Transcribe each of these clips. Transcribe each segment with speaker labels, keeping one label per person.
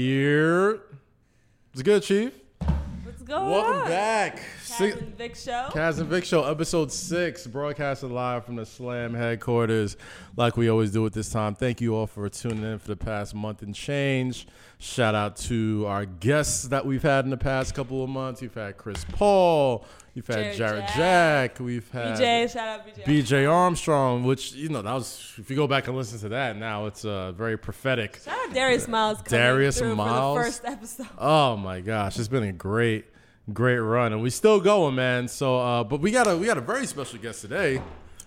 Speaker 1: Year. It's good, Chief.
Speaker 2: What's going
Speaker 1: Welcome
Speaker 2: on?
Speaker 1: back.
Speaker 2: Kaz
Speaker 1: Six,
Speaker 2: and Vic Show.
Speaker 1: Kaz and Vic Show, episode six, broadcasted live from the Slam headquarters, like we always do at this time. Thank you all for tuning in for the past month and change. Shout out to our guests that we've had in the past couple of months. You've had Chris Paul, you've had
Speaker 2: Jared
Speaker 1: Jared
Speaker 2: Jack.
Speaker 1: Jack, we've had
Speaker 2: BJ, shout out BJ.
Speaker 1: BJ Armstrong, which you know that was if you go back and listen to that now, it's uh, very prophetic.
Speaker 2: shout out Darius Miles. Coming
Speaker 1: Darius
Speaker 2: through
Speaker 1: Miles?
Speaker 2: for the first episode.
Speaker 1: Oh my gosh, it's been a great, great run, and we still going, man. So, uh, but we got a we got a very special guest today.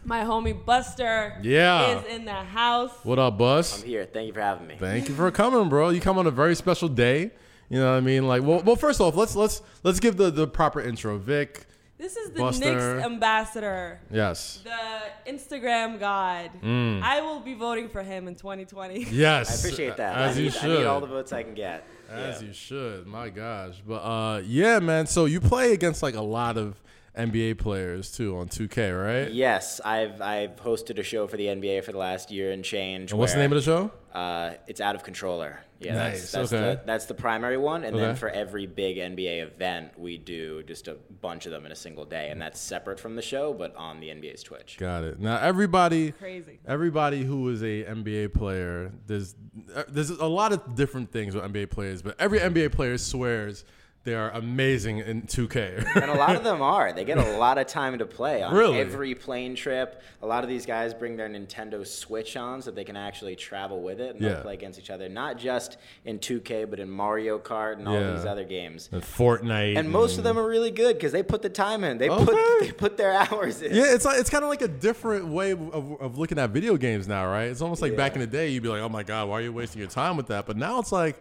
Speaker 2: My homie Buster
Speaker 1: Yeah.
Speaker 2: is in the house.
Speaker 1: What up, Bus?
Speaker 3: I'm here. Thank you for having me.
Speaker 1: Thank you for coming, bro. You come on a very special day. You know what I mean? Like, well, well first off, let's let's let's give the the proper intro, Vic.
Speaker 2: This is the
Speaker 1: Buster.
Speaker 2: Knicks ambassador,
Speaker 1: Yes.
Speaker 2: the Instagram god.
Speaker 1: Mm.
Speaker 2: I will be voting for him in 2020.
Speaker 1: Yes.
Speaker 3: I appreciate that.
Speaker 1: As
Speaker 3: I,
Speaker 1: you
Speaker 3: need,
Speaker 1: should.
Speaker 3: I need all the votes I can get.
Speaker 1: As
Speaker 3: Yeah.
Speaker 1: you should. My gosh. But uh yeah, man. So you play against like a lot of NBA players too on 2K, right?
Speaker 3: Yes, I've I've hosted a show for the NBA for the last year and change.
Speaker 1: And what's the name of the show?
Speaker 3: the? Uh, it's out of controller. Yeah,
Speaker 1: Nice,
Speaker 3: that's that's,
Speaker 1: okay.
Speaker 3: the, that's the primary one, and then
Speaker 1: Okay.
Speaker 3: for every big NBA event, we do just a bunch of them in a single day, and that's separate from the show, but on the NBA's Twitch.
Speaker 1: Got it. Now everybody
Speaker 2: Crazy.
Speaker 1: Everybody who is a NBA player, there's uh, there's a lot of different things with NBA players, but every NBA player swears they are amazing in 2K.
Speaker 3: And a lot of them are. They get a lot of time to play on
Speaker 1: Really?
Speaker 3: every plane trip. A lot of these guys bring their Nintendo Switch on so they can actually travel with it and
Speaker 1: Yeah.
Speaker 3: they'll play against each other, not just in 2K, but in Mario Kart and
Speaker 1: Yeah.
Speaker 3: all these other games.
Speaker 1: and Fortnite.
Speaker 3: And most of them are really good because they put the time in. They put
Speaker 1: Okay.
Speaker 3: they put their hours in.
Speaker 1: Yeah, it's like, it's kind of like a different way of, of, of looking at video games now, right? It's almost like back in the day, you'd be like, "Oh my god, why are you wasting your time with that?" But now it's like,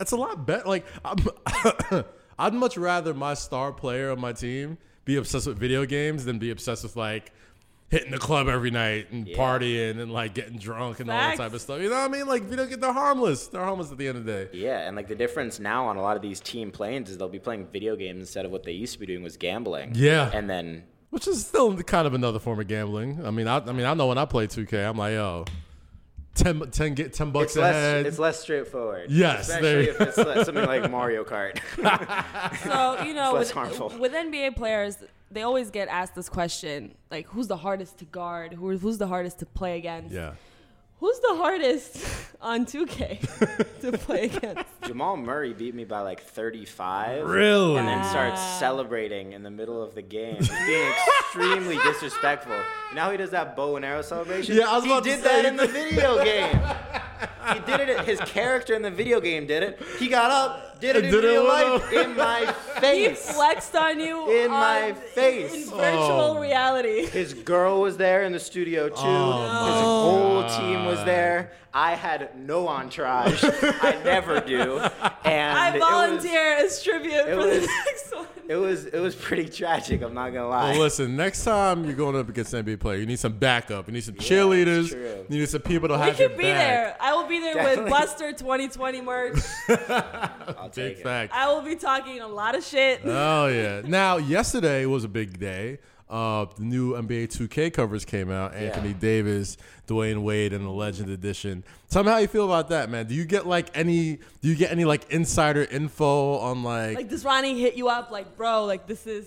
Speaker 1: it's a lot better. Like, I'm, I'd much rather my star player on my team be obsessed with video games than be obsessed with like hitting the club every night and partying and like getting drunk and all that
Speaker 2: Facts.
Speaker 1: type of stuff. You know what I mean? Like, video games, they're harmless. They're harmless at the end of the day.
Speaker 3: Yeah, and like the difference now on a lot of these team planes is they'll be playing video games instead of what they used to be doing was gambling.
Speaker 1: Yeah.
Speaker 3: And then
Speaker 1: Which is still kind of another form of gambling. I mean, I, I mean, I know when I play 2K, I'm like, yo, 10, 10, get 10 bucks
Speaker 3: it's less,
Speaker 1: ahead.
Speaker 3: it's less straightforward.
Speaker 1: Yes, there
Speaker 3: Especially
Speaker 1: you-
Speaker 3: if it's like- something like Mario Kart.
Speaker 2: So, you know,
Speaker 3: It's
Speaker 2: with,
Speaker 3: less harmful.
Speaker 2: with NBA players, they always get asked this question like, who's the hardest to guard? Who, who's the hardest to play against?
Speaker 1: yeah.
Speaker 2: Who's the hardest on 2K to play against?
Speaker 3: Jamal Murray beat me by like 35.
Speaker 1: Really?
Speaker 3: And then starts celebrating in the middle of the game, being extremely disrespectful. Now he does that bow and arrow celebration.
Speaker 1: Yeah, I was
Speaker 3: he
Speaker 1: about to
Speaker 3: did
Speaker 1: say-
Speaker 3: that in the video game. He did it. His character in the video game did it. He got up, did it in
Speaker 1: Did it
Speaker 3: real
Speaker 1: with
Speaker 3: life,
Speaker 1: him.
Speaker 3: in my
Speaker 2: He
Speaker 3: face.
Speaker 2: flexed on you on-
Speaker 3: In my face.
Speaker 2: in virtual
Speaker 1: Oh.
Speaker 2: reality.
Speaker 3: His girl was there in the studio too. His whole team was there. I had no entourage. I never do. And
Speaker 2: I
Speaker 3: it was-
Speaker 2: volunteer as tribute for the
Speaker 3: was-
Speaker 2: next one.
Speaker 3: It was it was pretty tragic. I'm not gonna lie.
Speaker 1: Well, listen, next time you're going up against an NBA player, you need some backup. You need some
Speaker 3: that's
Speaker 1: cheerleaders.
Speaker 3: true.
Speaker 1: You need some people to
Speaker 2: We
Speaker 1: have your
Speaker 2: could be
Speaker 1: back.
Speaker 2: there. I will be there with
Speaker 3: Definitely.
Speaker 2: Buster 2020 merch.
Speaker 3: I'll
Speaker 1: Big
Speaker 3: take it.
Speaker 1: fact.
Speaker 2: I will be talking a lot of shit.
Speaker 1: Oh yeah. Now, yesterday was a big day. Uh, the new NBA 2K covers came out. Anthony Davis, Dwayne Wade, and the Legend Edition. Tell me how you feel about that, man. Do you get like any? Do you get any like insider info on like?
Speaker 2: Like, does Ronnie hit you up? Like, bro, like this is,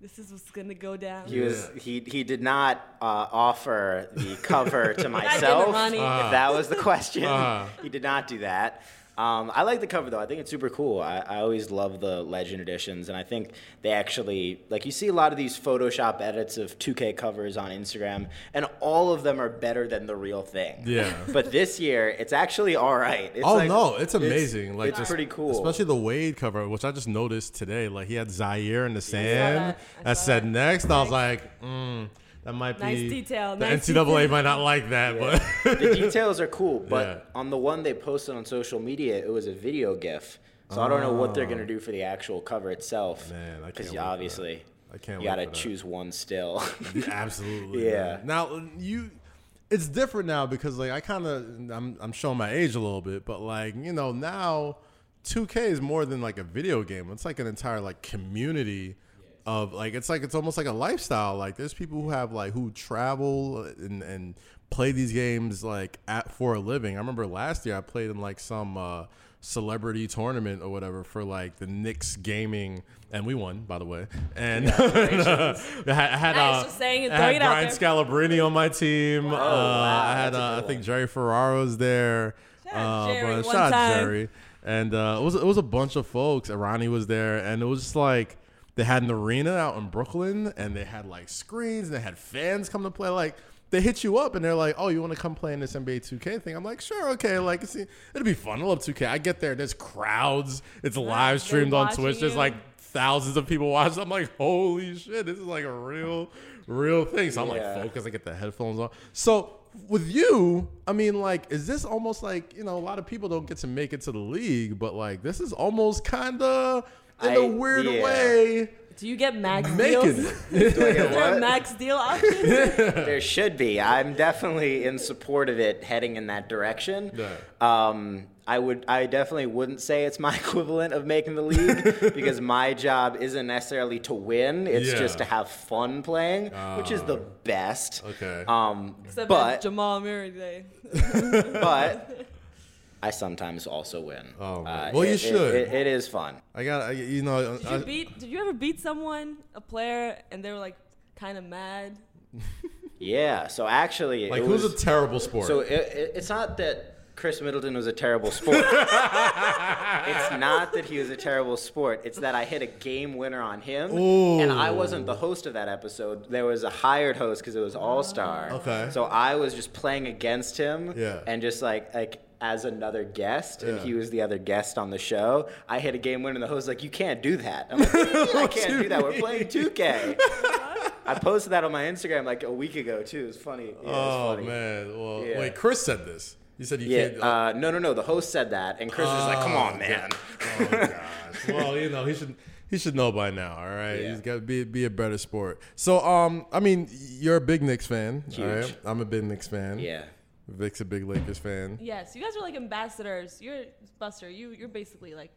Speaker 2: this is what's gonna go down.
Speaker 3: He was he he did not uh, offer the cover to myself.
Speaker 2: Ronnie.
Speaker 3: If that was the question,
Speaker 1: Uh-huh.
Speaker 3: he did not do that. Um, I like the cover though. I think it's super cool. I, I always love the Legend editions, and I think they actually like you see a lot of these Photoshop edits of 2K covers on Instagram, and all of them are better than the real thing.
Speaker 1: Yeah.
Speaker 3: But this year, it's actually all right. It's
Speaker 1: oh
Speaker 3: like-
Speaker 1: no, it's amazing. like
Speaker 3: it's
Speaker 1: just-
Speaker 3: pretty cool.
Speaker 1: especially the Wade cover, which I just noticed today. Like he had Zaire in the sand.
Speaker 2: that.
Speaker 1: I,
Speaker 2: I saw
Speaker 1: said
Speaker 2: that.
Speaker 1: next. I was like, mm, that might
Speaker 2: Nice
Speaker 1: be
Speaker 2: detail,
Speaker 1: The
Speaker 2: nice
Speaker 1: NCAA
Speaker 2: detail.
Speaker 1: might not like that, but
Speaker 3: the details are cool, but
Speaker 1: Yeah.
Speaker 3: on the one they posted on social media, it was a video GIF. So I don't know what they're gonna do for the actual cover itself.
Speaker 1: Ah. Man, I can't wait
Speaker 3: because
Speaker 1: for that.
Speaker 3: obviously
Speaker 1: I can't
Speaker 3: you gotta
Speaker 1: wait for that.
Speaker 3: choose one still.
Speaker 1: absolutely.
Speaker 3: Yeah.
Speaker 1: man. Now you, it's different now because like I kind of I'm I'm showing my age a little bit, but like you know now, 2K is more than like a video game. It's like an entire like community. Of like it's like it's almost like a lifestyle. Like there's people who have like who travel and and play these games like at for a living. I remember last year I played in like some uh celebrity tournament or whatever for like the Knicks gaming, and we won by the way. And I had, I had,
Speaker 2: Nice,
Speaker 1: uh,
Speaker 2: just saying it,
Speaker 1: I
Speaker 2: throw
Speaker 1: had
Speaker 2: it out
Speaker 1: Brian Scalabrine on my team. uh,
Speaker 3: wow,
Speaker 1: I had
Speaker 3: that's a
Speaker 1: uh,
Speaker 3: good
Speaker 1: I think Jerry Ferraro's there.
Speaker 2: Shout out
Speaker 1: uh,
Speaker 2: Jerry
Speaker 1: but
Speaker 2: one
Speaker 1: shout out
Speaker 2: time.
Speaker 1: Jerry. And uh, it was it was a bunch of folks. And Ronnie was there, and it was just like they had an arena out in Brooklyn, and they had like screens, and they had fans come to play. Like they hit you up, and they're like, "Oh, you want to come play in this NBA 2K thing?" I'm like, "Sure, okay." Like it's, it'll be fun. I love 2K. I get there, there's crowds. It's live streamed on
Speaker 2: watching
Speaker 1: Twitch. There's
Speaker 2: you.
Speaker 1: like thousands of people watch. I'm like, holy shit, this is like a real, real thing. So I'm
Speaker 3: Yeah.
Speaker 1: like focused. I get the headphones on. So with you, I mean, like, is this almost like you know a lot of people don't get to make it to the league, but like this is almost kind of in
Speaker 3: I-
Speaker 1: a weird
Speaker 3: yeah.
Speaker 1: way
Speaker 2: Do you get max
Speaker 1: making
Speaker 2: deals?
Speaker 1: it.
Speaker 2: Is there a max deal option?
Speaker 3: there should be. I'm definitely in support of it heading in that direction.
Speaker 1: Yeah.
Speaker 3: Um, I would. I definitely wouldn't say it's my equivalent of making the league because my job isn't necessarily to win. It's
Speaker 1: Yeah. Ah.
Speaker 3: just to have fun playing, which is the best.
Speaker 1: Okay.
Speaker 3: Um,
Speaker 2: Except
Speaker 3: but
Speaker 2: that's Jamal Murray Day.
Speaker 3: but I sometimes also win. Uh,
Speaker 1: Oh, man. Well, you
Speaker 3: it- it-
Speaker 1: should.
Speaker 3: it- it is fun.
Speaker 1: I got I, you know.
Speaker 2: Did
Speaker 1: I-
Speaker 2: you beat? Did you ever beat someone, a player, and they were like kind of mad?
Speaker 3: Yeah. So actually,
Speaker 1: like
Speaker 3: it
Speaker 1: who's
Speaker 3: was,
Speaker 1: a terrible sport?
Speaker 3: So it, it, it's not that Chris Middleton was a terrible sport. it's not that he was a terrible sport. It's that I hit a game winner on him, and I wasn't the host of that episode. There was a hired host because it was All Star.
Speaker 1: Okay.
Speaker 3: So I was just playing against him,
Speaker 1: Yeah.
Speaker 3: and just like like as another guest, and
Speaker 1: Yeah.
Speaker 3: he was the other guest on the show. I hit a game winner, and the host was like, "You can't do that." I'm like, "What do you mean I can't do that. We're playing 2K." I posted that on my Instagram like a week ago too. It was funny. Yeah, it was
Speaker 1: oh
Speaker 3: funny.
Speaker 1: man. Well,
Speaker 3: Yeah.
Speaker 1: wait. Chris said this. He said you
Speaker 3: Yeah,
Speaker 1: can't.
Speaker 3: uh, no, no, no. The host said that, and Chris was like, "Come on, man."
Speaker 1: Oh gosh. Well, you know, he should he should know by now, all right?
Speaker 3: Yeah.
Speaker 1: He's got to be be a better sport. So, um, I mean, you're a big Knicks fan, all right? I'm a big Knicks fan.
Speaker 3: Yeah,
Speaker 1: Vic's a big Lakers fan.
Speaker 2: Yes, you guys were like ambassadors. You're Buster. You you're basically like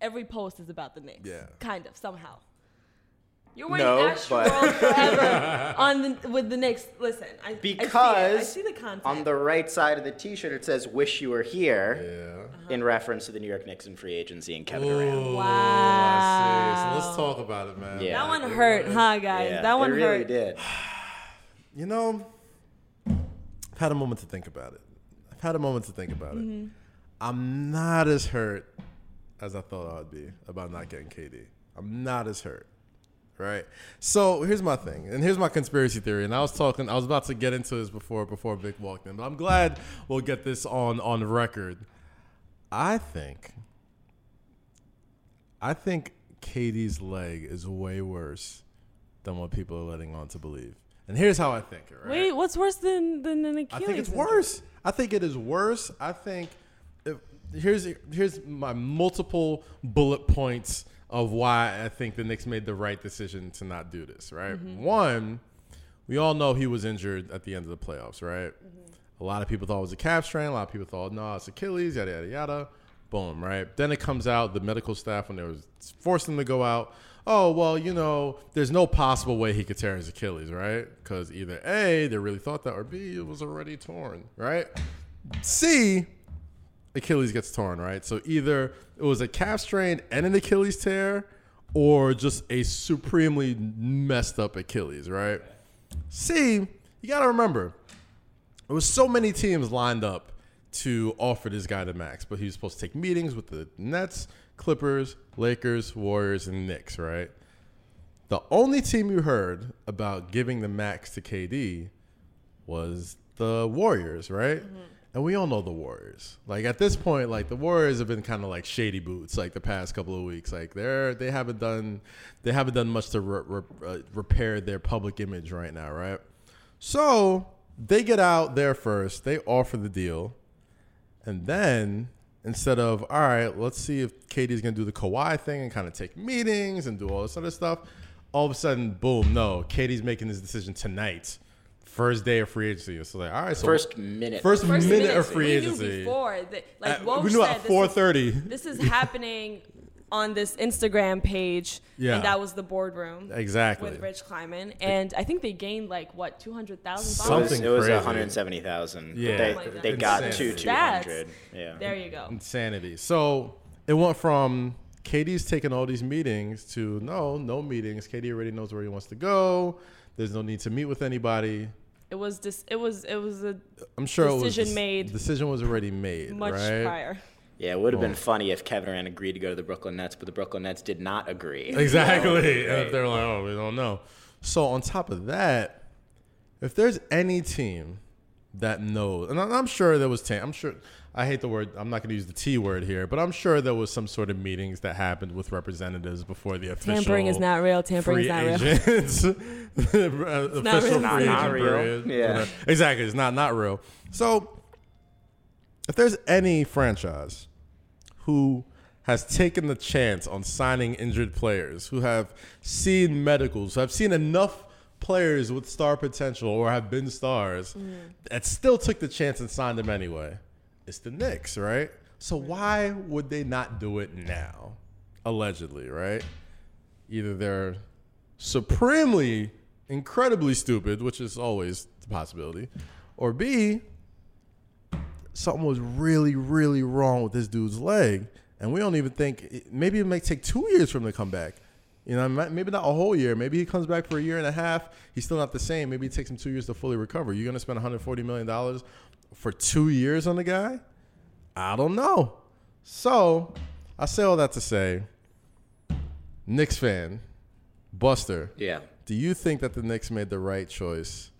Speaker 2: every post is about the Knicks.
Speaker 1: Yeah.
Speaker 2: Kind of somehow. You're wearing
Speaker 3: No,
Speaker 2: Astro World forever on the, with the Knicks. Listen, I I see it. I
Speaker 3: because
Speaker 2: see, the content.
Speaker 3: on the right side of the T-shirt it says "Wish You Were Here"
Speaker 1: Yeah.
Speaker 3: in reference to the New York Knicks and free agency and Kevin Durant.
Speaker 1: Oh, I see. So let's talk about it, man.
Speaker 3: Yeah.
Speaker 2: that one hurt, huh, guys?
Speaker 3: Yeah,
Speaker 2: that one
Speaker 3: it really
Speaker 2: hurt.
Speaker 3: did.
Speaker 1: You know, I've had a moment to think about it. I've had a moment to think about it. I'm not as hurt as I thought I'd be about not getting KD. I'm not as hurt. Right. So here's my thing, and here's my conspiracy theory. And I was talking, I was about to get into this before before Vic walked in, but I'm glad we'll get this on on record. I think, I think KD's leg is way worse than what people are letting on to believe. And here's how I think it. Right.
Speaker 2: Wait, what's worse than than an
Speaker 1: I
Speaker 2: Achilles?
Speaker 1: think it's
Speaker 2: injury?
Speaker 1: worse. I think it is worse. I think if, here's here's my multiple bullet points of why I think the Knicks made the right decision to not do this. Right. One, we all know he was injured at the end of the playoffs. Right. A lot of people thought it was a calf strain. A lot of people thought no, it's Achilles. Yada yada yada. Boom. Right. Then it comes out the medical staff when they was forcing him to go out. Oh well, you know, there's no possible way he could tear his Achilles, right? Because either A, they really thought that, or B, it was already torn, right? C, Achilles gets torn, right? So either it was a calf strain and an Achilles tear, or just a supremely messed up Achilles, right? C, you gotta remember, there was so many teams lined up to offer this guy the max, but he was supposed to take meetings with the Nets, Clippers, Lakers, Warriors, and Knicks, right? The only team you heard about giving the max to KD was the Warriors, right? And we all know the Warriors. Like at this point, like the Warriors have been kind of like shady boots like the past couple of weeks. Like they're they haven't done they haven't done much to re- re- uh, repair their public image right now, right? So they get out there first. They offer the deal, and then instead of all right, let's see if Katie's gonna do the Kawhi thing and kind of take meetings and do all this other stuff. All of a sudden, boom! No, Katie's making this decision tonight, first day of free agency. So like, all right, so
Speaker 3: First minute.
Speaker 1: first,
Speaker 2: First
Speaker 1: minute of free
Speaker 2: we knew
Speaker 1: agency.
Speaker 2: before that, like
Speaker 1: At-
Speaker 2: Woj
Speaker 1: we knew
Speaker 2: said,
Speaker 1: at
Speaker 2: this is-
Speaker 1: four thirty.
Speaker 2: This is happening on this Instagram page,
Speaker 1: Yeah.
Speaker 2: and that was the boardroom
Speaker 1: Exactly.
Speaker 2: with Rich Kleiman, and I think they gained like what two hundred thousand
Speaker 1: Something
Speaker 2: dollars.
Speaker 3: it was,
Speaker 1: crazy.
Speaker 3: 170,000.
Speaker 1: Yeah.
Speaker 3: They,
Speaker 1: Oh my
Speaker 3: they
Speaker 1: God.
Speaker 3: got
Speaker 1: Insane.
Speaker 3: to 200. Yeah.
Speaker 2: There you
Speaker 1: Mm.
Speaker 2: go.
Speaker 1: Insanity. So it went from Katie's taking all these meetings to no, no meetings. Katie already knows where he wants to go. There's no need to meet with anybody.
Speaker 2: It was dis- It was. It was a
Speaker 1: I'm sure it was
Speaker 2: Decision
Speaker 1: just-
Speaker 2: made.
Speaker 1: Decision was already made.
Speaker 2: much
Speaker 1: right?
Speaker 2: prior.
Speaker 3: Yeah, it would have been funny if Kevin Durant agreed to go to the Brooklyn Nets, but the Brooklyn Nets did not agree.
Speaker 1: Exactly. And they're like, oh, we don't know. So on top of that, if there's any team that knows, and I'm I'm sure there was, i I'm sure, I hate the word, I'm not going to use the T word here, but I'm sure there was some sort of meetings that happened with representatives before the official.
Speaker 2: Tampering is not real.
Speaker 1: free
Speaker 2: Tampering is not real.
Speaker 1: agents. Uh, official
Speaker 2: not real.
Speaker 1: free
Speaker 2: Not-
Speaker 1: agent
Speaker 3: not real.
Speaker 1: period.
Speaker 3: Yeah.
Speaker 1: Whatever. Exactly. It's not not real. So if there's any franchise who has taken the chance on signing injured players, who have seen medicals, who have seen enough players with star potential or have been stars,
Speaker 2: Mm.
Speaker 1: that still took the chance and signed them anyway, it's the Knicks, right? So why would they not do it now? Allegedly, right? Either they're supremely, incredibly stupid, which is always the possibility, or B, something was really, really wrong with this dude's leg, and we don't even think maybe it might take two years for him to come back. You know, mi- maybe not a whole year. Maybe he comes back for a year and a half. He's still not the same. Maybe it takes him two years to fully recover. You're gonna spend 140 million dollars for two years on the guy? I don't know. So I say all that to say, Knicks fan, Buster,
Speaker 3: Yeah.
Speaker 1: do you think that the Knicks made the right choice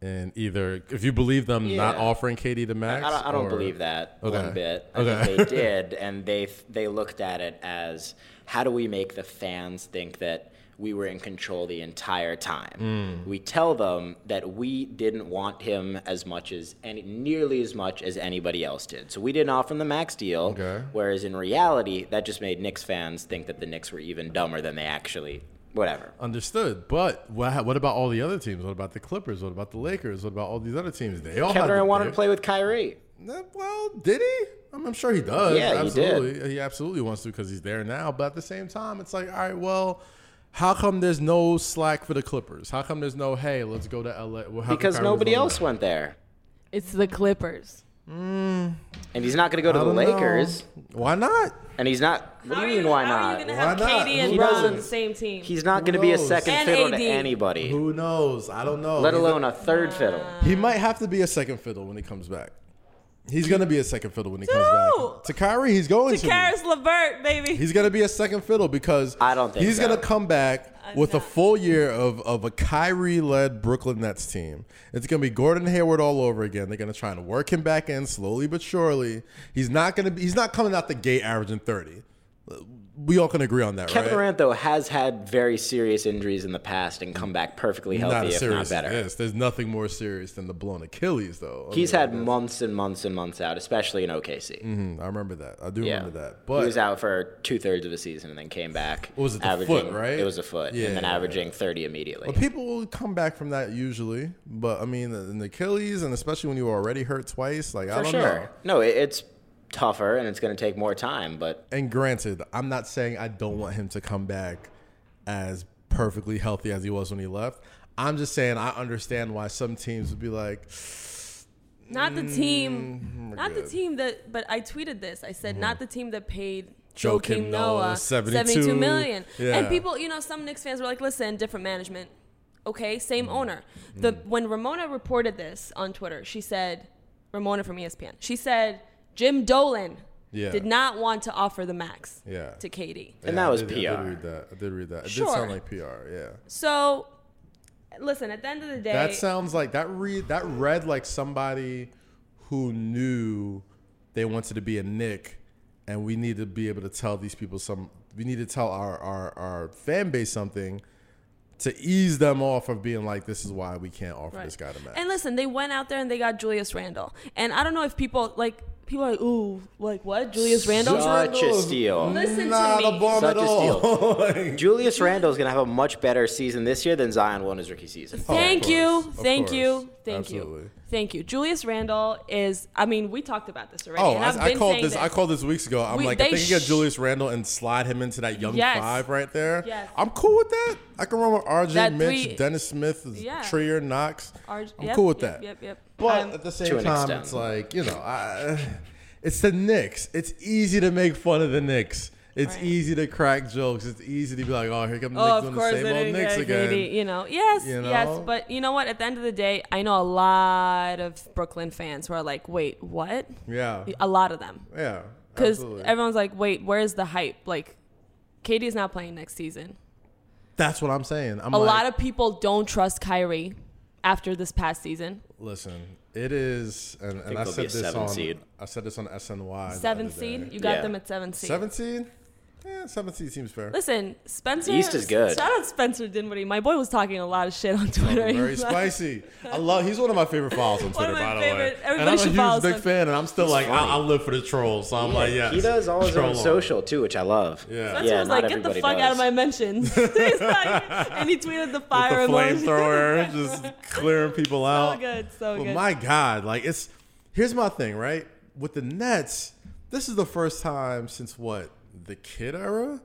Speaker 1: in either, if you believe them, not
Speaker 3: Yeah.
Speaker 1: offering Katie to Max?
Speaker 3: I don't, I don't
Speaker 1: or-
Speaker 3: believe that
Speaker 1: Okay.
Speaker 3: one bit. I
Speaker 1: Okay.
Speaker 3: think they did, and they they looked at it as how do we make the fans think that we were in control the entire time?
Speaker 1: Mm.
Speaker 3: We tell them that we didn't want him as much as any, nearly as much as anybody else did. So we didn't offer him the max deal.
Speaker 1: Okay.
Speaker 3: Whereas in reality, that just made Knicks fans think that the Knicks were even dumber than they actually. Whatever.
Speaker 1: Uh, Understood. But what, what about all the other teams? What about the Clippers? What about the Lakers? What about all these other teams? They all had
Speaker 3: Kevin
Speaker 1: the-
Speaker 3: Durant wanted
Speaker 1: they-
Speaker 3: to play with Kyrie.
Speaker 1: Eh, Well, did he? I'm, I'm sure he does.
Speaker 3: Yeah, he did.
Speaker 1: absolutely. He absolutely wants to because he's there now. But at the same time, it's like, all right, well, how come there's no slack for the Clippers? How come there's no hey, let's go to LA? Well, how come
Speaker 3: Because
Speaker 1: Kyrie was
Speaker 3: nobody
Speaker 1: on
Speaker 3: else
Speaker 1: that?
Speaker 3: went there.
Speaker 2: It's the Clippers.
Speaker 3: And he's not going to go to
Speaker 1: I
Speaker 3: the
Speaker 1: don't know.
Speaker 3: Lakers.
Speaker 1: Why not?
Speaker 3: And he's not. What do you mean, why
Speaker 2: How are you
Speaker 3: not?
Speaker 2: gonna
Speaker 1: Why
Speaker 2: have
Speaker 1: not?
Speaker 2: Katie
Speaker 1: Who
Speaker 2: and Ron on
Speaker 1: doesn't?
Speaker 2: the same team?
Speaker 3: He's not going to be a
Speaker 1: knows?
Speaker 3: second
Speaker 2: And
Speaker 3: fiddle to
Speaker 2: AD.
Speaker 3: anybody,
Speaker 1: Who knows? I don't know.
Speaker 3: let
Speaker 1: He's a-
Speaker 3: alone a third fiddle.
Speaker 2: Uh,
Speaker 1: He might have to be a second fiddle when he comes back. He's gonna be a second fiddle when he comes back. To Kyrie, he's going to. be.
Speaker 2: Karis LeVert, baby.
Speaker 1: He's gonna be a second fiddle because
Speaker 3: I don't think
Speaker 1: he's
Speaker 3: so.
Speaker 1: gonna come back with a full year of of a Kyrie-led Brooklyn Nets team. It's gonna be Gordon Hayward all over again. They're gonna try and work him back in slowly but surely. He's not gonna be. He's not coming out the gate averaging thirty. We all can agree on that,
Speaker 3: Kevin
Speaker 1: right?
Speaker 3: Durant, though, has had very serious injuries in the past and come back perfectly
Speaker 1: not
Speaker 3: healthy,
Speaker 1: as
Speaker 3: if
Speaker 1: serious
Speaker 3: not better.
Speaker 1: as this. There's nothing more serious than the blown Achilles, though.
Speaker 3: He's
Speaker 1: Other
Speaker 3: had
Speaker 1: than
Speaker 3: months and months and months out, especially in OKC.
Speaker 1: that- Mm-hmm, I remember that. I do
Speaker 3: Yeah,
Speaker 1: remember that. But
Speaker 3: he was out for two thirds of the season and then came back.
Speaker 1: What was it, the
Speaker 3: averaging,
Speaker 1: foot, right?
Speaker 3: It was a foot,
Speaker 1: Yeah,
Speaker 3: and then
Speaker 1: yeah, yeah.
Speaker 3: averaging thirty immediately.
Speaker 1: But people will come back from that usually. But I mean, an Achilles, and especially when you were already hurt twice, like I
Speaker 3: for
Speaker 1: don't
Speaker 3: sure.
Speaker 1: know.
Speaker 3: No, it, it's tougher and it's going to take more time, but
Speaker 1: And granted, I'm not saying I don't want him to come back as perfectly healthy as he was when he left. I'm just saying I understand why some teams would be like,
Speaker 2: Not the team. Not the
Speaker 1: Mm, good.
Speaker 2: team that. But I tweeted this. I said not the team that paid
Speaker 1: Joakim
Speaker 2: Joakim
Speaker 1: Noah
Speaker 2: Noah
Speaker 1: 72
Speaker 2: 72 million.
Speaker 1: Yeah.
Speaker 2: And people, you know, some Knicks fans were like, "Listen, different management. Okay, same
Speaker 1: Mm-hmm.
Speaker 2: owner." The when Ramona reported this on Twitter, she said, "Ramona from E ESPN." She said Jim Dolan
Speaker 1: Yeah.
Speaker 2: did not want to offer the max
Speaker 1: Yeah.
Speaker 2: to Katie.
Speaker 3: and
Speaker 1: Yeah,
Speaker 3: that
Speaker 1: I
Speaker 3: was
Speaker 1: did- I
Speaker 3: PR.
Speaker 1: did read that. I did read that. It did
Speaker 2: Sure.
Speaker 1: sound like PR. Yeah.
Speaker 2: So, listen. At the end of the day,
Speaker 1: That sounds like that read that read like somebody who knew they wanted to be a Nick and we need to be able to tell these people some we need to tell our our, our fan base something to ease them off of being like this is why we can't offer
Speaker 2: Right.
Speaker 1: this guy to match.
Speaker 2: And listen, they went out there and they got Julius Randle. And I don't know if people like people are like, ooh, like what? Julius Randle?
Speaker 3: Such a steal.
Speaker 2: Listen to
Speaker 1: Not
Speaker 2: me.
Speaker 1: a bomb
Speaker 3: Such
Speaker 1: at
Speaker 3: a
Speaker 1: all. Like-
Speaker 3: Julius Randle's going to have a much better season this year than Zion won his rookie season.
Speaker 2: Thank
Speaker 1: Of
Speaker 2: you.
Speaker 1: course, of
Speaker 2: Thank you.
Speaker 1: course.
Speaker 2: Thank
Speaker 1: Absolutely.
Speaker 2: you. Thank you. Julius Randall is. I mean, we talked about this already.
Speaker 1: Oh,
Speaker 2: and I've
Speaker 1: I, I
Speaker 2: been
Speaker 1: called
Speaker 2: saying
Speaker 1: this. I called this weeks ago. I'm
Speaker 2: We-
Speaker 1: like, if
Speaker 2: they
Speaker 1: they can get
Speaker 2: sh-
Speaker 1: Julius Randle and slide him into that young
Speaker 2: Yes.
Speaker 1: five right there.
Speaker 2: Yes.
Speaker 1: I'm cool with that. I can run with RJ,
Speaker 2: That
Speaker 1: Mitch,
Speaker 2: three-
Speaker 1: Dennis Smith,
Speaker 2: Yeah.
Speaker 1: Trier, Knox.
Speaker 2: Arj-
Speaker 1: I'm
Speaker 2: yep,
Speaker 1: cool with
Speaker 2: yep,
Speaker 1: that.
Speaker 2: Yep, yep.
Speaker 1: But
Speaker 2: Um,
Speaker 1: at the
Speaker 3: To
Speaker 1: same
Speaker 3: an
Speaker 1: time,
Speaker 3: extent.
Speaker 1: it's like you know, I, it's the Knicks. It's easy to make fun of the Knicks. It's
Speaker 2: Right.
Speaker 1: easy to crack jokes. It's easy to be like, oh, here come the
Speaker 2: oh,
Speaker 1: Knicks
Speaker 2: of
Speaker 1: doing
Speaker 2: course,
Speaker 1: the same
Speaker 2: it
Speaker 1: old
Speaker 2: is,
Speaker 1: Knicks
Speaker 2: yeah,
Speaker 1: again.
Speaker 2: Katie, You know, yes,
Speaker 1: You
Speaker 2: yes,
Speaker 1: know?
Speaker 2: but you know what? At the end of the day, I know a lot of Brooklyn fans who are like, "Wait, what?"
Speaker 1: Yeah,
Speaker 2: A lot of them,
Speaker 1: yeah.
Speaker 2: because
Speaker 1: absolutely.
Speaker 2: everyone's like, "Wait, where's the hype?" Like, Katie's not playing next season.
Speaker 1: that's what I'm saying. I'm
Speaker 2: A
Speaker 1: like,
Speaker 2: lot of people don't trust Kyrie after this past season.
Speaker 1: Listen, it is, and, and I
Speaker 3: they'll be
Speaker 1: said
Speaker 3: a
Speaker 1: this
Speaker 3: seven
Speaker 1: on
Speaker 3: seed.
Speaker 1: I said this on SNY. the
Speaker 2: Seven
Speaker 1: other
Speaker 2: seed,
Speaker 1: day.
Speaker 2: you got
Speaker 3: Yeah.
Speaker 2: them at seven seed.
Speaker 1: Seven seed, yeah, seven seed seems fair.
Speaker 2: Listen, Spencer.
Speaker 3: The East is good.
Speaker 2: Shout out Spencer Dinwiddie. My boy was talking a lot of shit on Twitter.
Speaker 1: Very
Speaker 2: He's like-
Speaker 1: spicy. I love. He's one of my favorite follows on
Speaker 2: One
Speaker 1: Twitter,
Speaker 2: of my
Speaker 1: by the
Speaker 2: favorite-
Speaker 1: way. And
Speaker 2: everybody
Speaker 1: I'm
Speaker 2: should
Speaker 1: a
Speaker 2: follow
Speaker 1: huge big
Speaker 2: Spencer.
Speaker 1: fan, and I'm still like, I,
Speaker 3: funny.
Speaker 1: I live for the trolls. So I'm like, yeah.
Speaker 3: He does all his own social too, which I love.
Speaker 1: Yeah.
Speaker 2: Spencer
Speaker 3: yeah,
Speaker 2: was
Speaker 3: not
Speaker 2: like, "Get the
Speaker 3: everybody
Speaker 2: fuck out of
Speaker 3: does.
Speaker 2: my mentions," He's like- and he tweeted the
Speaker 1: With
Speaker 2: fire
Speaker 1: the
Speaker 2: emoji.
Speaker 1: flamethrower, just clearing people out.
Speaker 2: good, so
Speaker 1: But
Speaker 2: good.
Speaker 1: my God, like it's here's my thing, right? With the Nets, this is the first time since what the kid era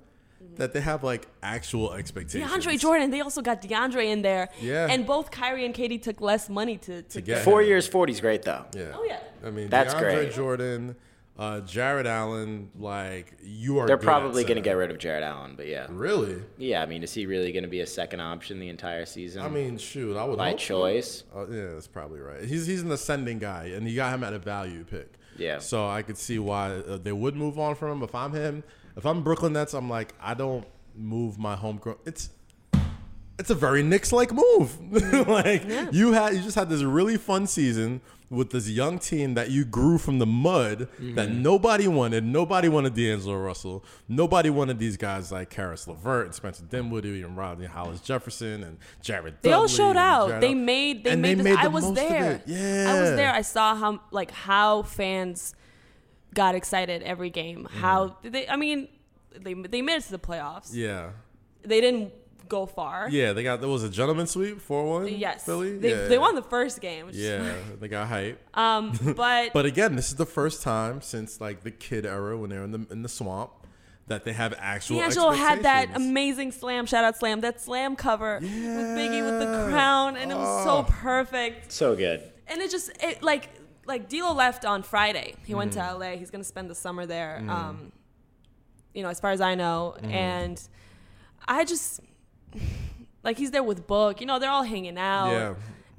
Speaker 1: that they have like actual expectations.
Speaker 2: DeAndre Jordan. They also got DeAndre in there.
Speaker 1: Yeah.
Speaker 2: And both Kyrie and Katie took less money to, to,
Speaker 1: get
Speaker 3: Four
Speaker 1: him.
Speaker 3: years, forty's great though.
Speaker 1: Yeah.
Speaker 2: Oh, yeah.
Speaker 1: I mean,
Speaker 3: That's
Speaker 1: DeAndre
Speaker 3: great.
Speaker 1: Jordan, uh, Jared Allen, like you are.
Speaker 3: They're
Speaker 1: good at
Speaker 3: probably going to
Speaker 1: center.
Speaker 3: get rid of Jared Allen, but yeah,
Speaker 1: really.
Speaker 3: yeah. I mean, is he really going to be a second option the entire season?
Speaker 1: I mean, shoot, I would.
Speaker 3: by
Speaker 1: hope so.
Speaker 3: choice.
Speaker 1: Uh, yeah, that's probably right. He's he's an ascending guy, and you got him at a value pick.
Speaker 3: Yeah.
Speaker 1: So I could see why uh, they would move on from him. If I'm him, if I'm Brooklyn Nets, I'm like, I don't move my homegrown. It's it's a very Knicks like move. like you had you just had this really fun season with this young team that you grew from the mud that
Speaker 2: Mm-hmm.
Speaker 1: nobody wanted. Nobody wanted D'Angelo Russell. Nobody wanted these guys like Karis LeVert and Spencer Dinwiddie and Rodney Hollis Jefferson and Jared.
Speaker 2: They all
Speaker 1: Dudley
Speaker 2: showed
Speaker 1: and
Speaker 2: out.
Speaker 1: Jared
Speaker 2: They
Speaker 1: Al-
Speaker 2: made. They
Speaker 1: And
Speaker 2: made.
Speaker 1: they
Speaker 2: this,
Speaker 1: made
Speaker 2: I
Speaker 1: the
Speaker 2: was
Speaker 1: most of
Speaker 2: there.
Speaker 1: it. Yeah.
Speaker 2: I was there. I saw how like how fans got excited every game. How they? I mean, they they made it to the playoffs.
Speaker 1: yeah.
Speaker 2: They didn't go far.
Speaker 1: Yeah, they got there was a gentleman sweep four one.
Speaker 2: Yes.
Speaker 1: Philly.
Speaker 2: They,
Speaker 1: yeah.
Speaker 2: they won the first game. Which is-
Speaker 1: Yeah, they got hype.
Speaker 2: um. But,
Speaker 1: But again, this is the first time since like the kid era when they were in the in the swamp that they have actual.
Speaker 2: D'Angelo had that
Speaker 1: expectations.
Speaker 2: amazing slam. Shout out slam. That slam cover with Biggie with the
Speaker 1: Yeah.
Speaker 2: crown, and it was so
Speaker 1: Oh.
Speaker 2: perfect.
Speaker 3: So good.
Speaker 2: And it just it like like D'Lo left on Friday. He went
Speaker 1: Mm.
Speaker 2: to LA. He's gonna spend the summer there. Um, you know, as far as I know,
Speaker 1: Mm.
Speaker 2: and I just like he's there with Book. You know, they're all hanging out.
Speaker 1: Yeah.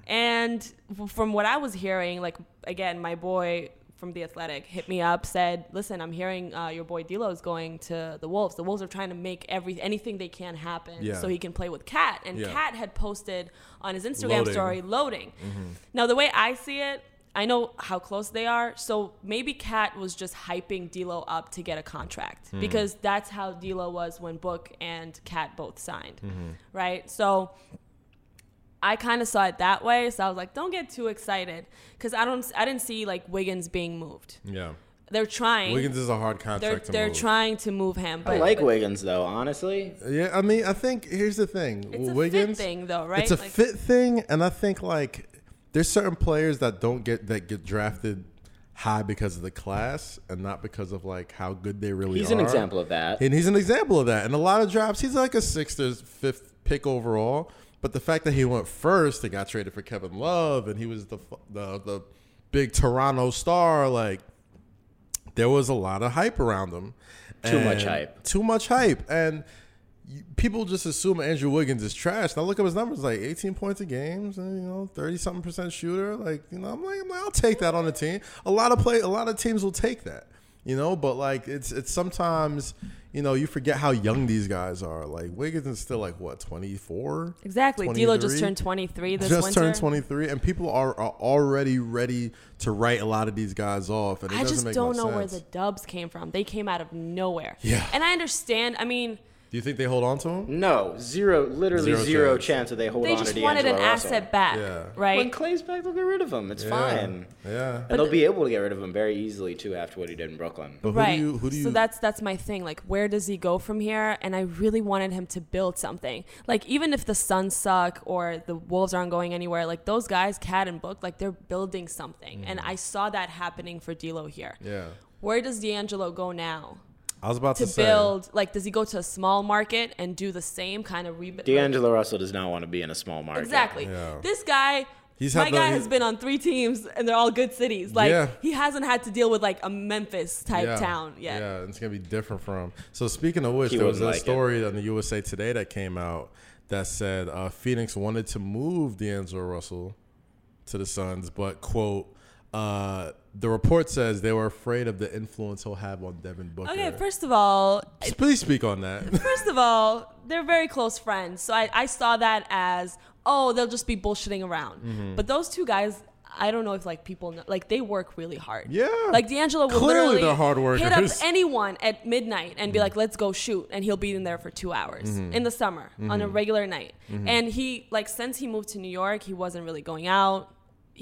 Speaker 2: And f- from what I was hearing, like again, my boy from the Athletic hit me up, said, "Listen, I'm hearing uh, your boy D'Lo is going to the Wolves. The Wolves are trying to make every anything they can happen
Speaker 1: Yeah.
Speaker 2: so he can play with Cat." And
Speaker 1: Yeah.
Speaker 2: Cat had posted on his Instagram
Speaker 1: Loading. Mm-hmm.
Speaker 2: story loading. Now the way I see it. I know how close they are, so maybe Cat was just hyping D'Lo up to get a contract
Speaker 1: Hmm.
Speaker 2: because that's how D'Lo was when Book and Cat both signed,
Speaker 1: Mm-hmm.
Speaker 2: right? So I kind of saw it that way, so I was like, "Don't get too excited," because I don't, I didn't see like Wiggins being moved.
Speaker 1: Yeah,
Speaker 2: They're trying.
Speaker 1: Wiggins is a hard contract.
Speaker 2: they're
Speaker 1: to
Speaker 2: they're
Speaker 1: move.
Speaker 2: trying to move him, but
Speaker 3: I like
Speaker 2: but
Speaker 3: Wiggins though, honestly.
Speaker 1: Yeah, I mean, I think here's the thing.
Speaker 2: it's a fit
Speaker 1: Wiggins,
Speaker 2: thing, though, right?
Speaker 1: It's a
Speaker 2: Like,
Speaker 1: fit thing, and I think like there's certain players that don't get that get drafted high because of the class and not because of like how good they really
Speaker 3: He's
Speaker 1: are.
Speaker 3: an example of that.
Speaker 1: And he's an example of that. In a lot of drafts, he's like a sixth or fifth pick overall. But the fact that he went first and got traded for Kevin Love, and he was the fu- the, the big Toronto star, like there was a lot of hype around him.
Speaker 3: Too much
Speaker 1: And-
Speaker 3: hype.
Speaker 1: Too much hype, and you- people just assume Andrew Wiggins is trash. Now look up his numbers, like 18 points a game, so, you know, 30 something percent shooter. Like you know, I'm like, I'm like, I'll take that on a team. A lot of play, a lot of teams will take that, you know. But like, it's it's sometimes, you know, you forget how young these guys are. Like Wiggins is still like what 24.
Speaker 2: exactly. D'Lo just
Speaker 1: 23?
Speaker 2: turned 23 this
Speaker 1: just
Speaker 2: winter.
Speaker 1: turned 23 and people are, are already ready to write a lot of these guys off and it
Speaker 2: I
Speaker 1: doesn't
Speaker 2: just
Speaker 1: make
Speaker 2: don't
Speaker 1: much
Speaker 2: know where
Speaker 1: sense.
Speaker 2: the dubs came from. They came out of nowhere.
Speaker 1: Yeah.
Speaker 2: And I understand. I mean,
Speaker 1: Do you think they hold on to him?
Speaker 3: No, zero, literally
Speaker 1: Zero
Speaker 3: zero,
Speaker 1: chance.
Speaker 3: chance. that they hold
Speaker 2: They
Speaker 3: on to
Speaker 2: just wanted an
Speaker 3: D'Angelo Russell.
Speaker 2: asset back,
Speaker 1: Yeah.
Speaker 2: right?
Speaker 3: When Clay's back, they'll get rid of him. It's fine.
Speaker 1: Yeah.
Speaker 3: And they'll be able to get rid of him very easily too after what he did in Brooklyn.
Speaker 1: But who
Speaker 2: right.
Speaker 1: do you who do you
Speaker 2: so that's that's my thing. Like, where does he go from here? And I really wanted him to build something. Like, even if the Suns suck or the Wolves aren't going anywhere, like those guys, Cat and Book, like they're building something. And I saw that happening for D'Lo here.
Speaker 1: Mm-hmm. Yeah.
Speaker 2: Where does D'Angelo go now?
Speaker 1: I was about to,
Speaker 2: To
Speaker 1: say
Speaker 2: build, like, does he go to a small market and do the same kind of rebuild?
Speaker 3: D'Angelo Russell does not want to be in a small market.
Speaker 2: Exactly.
Speaker 1: Yeah.
Speaker 2: This guy,
Speaker 1: He's
Speaker 2: my
Speaker 1: had the-
Speaker 2: guy,
Speaker 1: he-
Speaker 2: has been on three teams, and they're all good cities. Like
Speaker 1: Yeah.
Speaker 2: he hasn't had to deal with like a Memphis type town yet.
Speaker 1: Yeah, it's gonna be different from. So speaking of which,
Speaker 3: He
Speaker 1: there was that
Speaker 3: wouldn't like it.
Speaker 1: story on the USA Today that came out that said uh, Phoenix wanted to move D'Angelo Russell to the Suns, but quote. Uh, the report says they were afraid of the influence he'll have on Devin Booker.
Speaker 2: Okay, first of all,
Speaker 1: please speak on that.
Speaker 2: first of all, they're very close friends, so I, I saw that as oh they'll just be bullshitting around.
Speaker 1: Mm-hmm.
Speaker 2: But those two guys. I don't know if like people know, like they work really hard.
Speaker 1: Yeah.
Speaker 2: like D'Angelo will
Speaker 1: Clearly
Speaker 2: literally
Speaker 1: they're hard
Speaker 2: hit up
Speaker 1: workers.
Speaker 2: anyone at midnight and be like, "Let's go shoot," and he'll be in there for two hours
Speaker 1: Mm-hmm.
Speaker 2: in the summer on a regular night. And he like since he moved to New York, he wasn't really going out.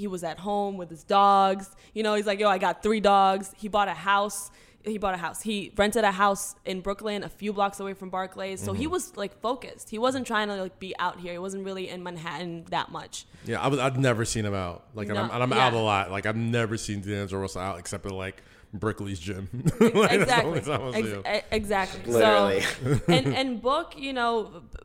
Speaker 2: He was at home with his dogs. You know, he's like, "Yo, I got three dogs." He bought a house. He bought a house. He rented a house in Brooklyn, a few blocks away from Barclays. So
Speaker 1: Mm-hmm.
Speaker 2: he was like focused. He wasn't trying to like be out here. He wasn't really in Manhattan that much.
Speaker 1: yeah, I was, I've never seen him out. Like, and I'm,
Speaker 2: No,
Speaker 1: and I'm
Speaker 2: yeah.
Speaker 1: out a lot. Like, I've never seen D'Angelo Russell out except at like Brickley's gym. Like, that's the
Speaker 2: exactly.
Speaker 1: only time I see
Speaker 2: Ex-
Speaker 1: him.
Speaker 2: e- exactly.
Speaker 3: Literally.
Speaker 2: So, and and book, you know, B-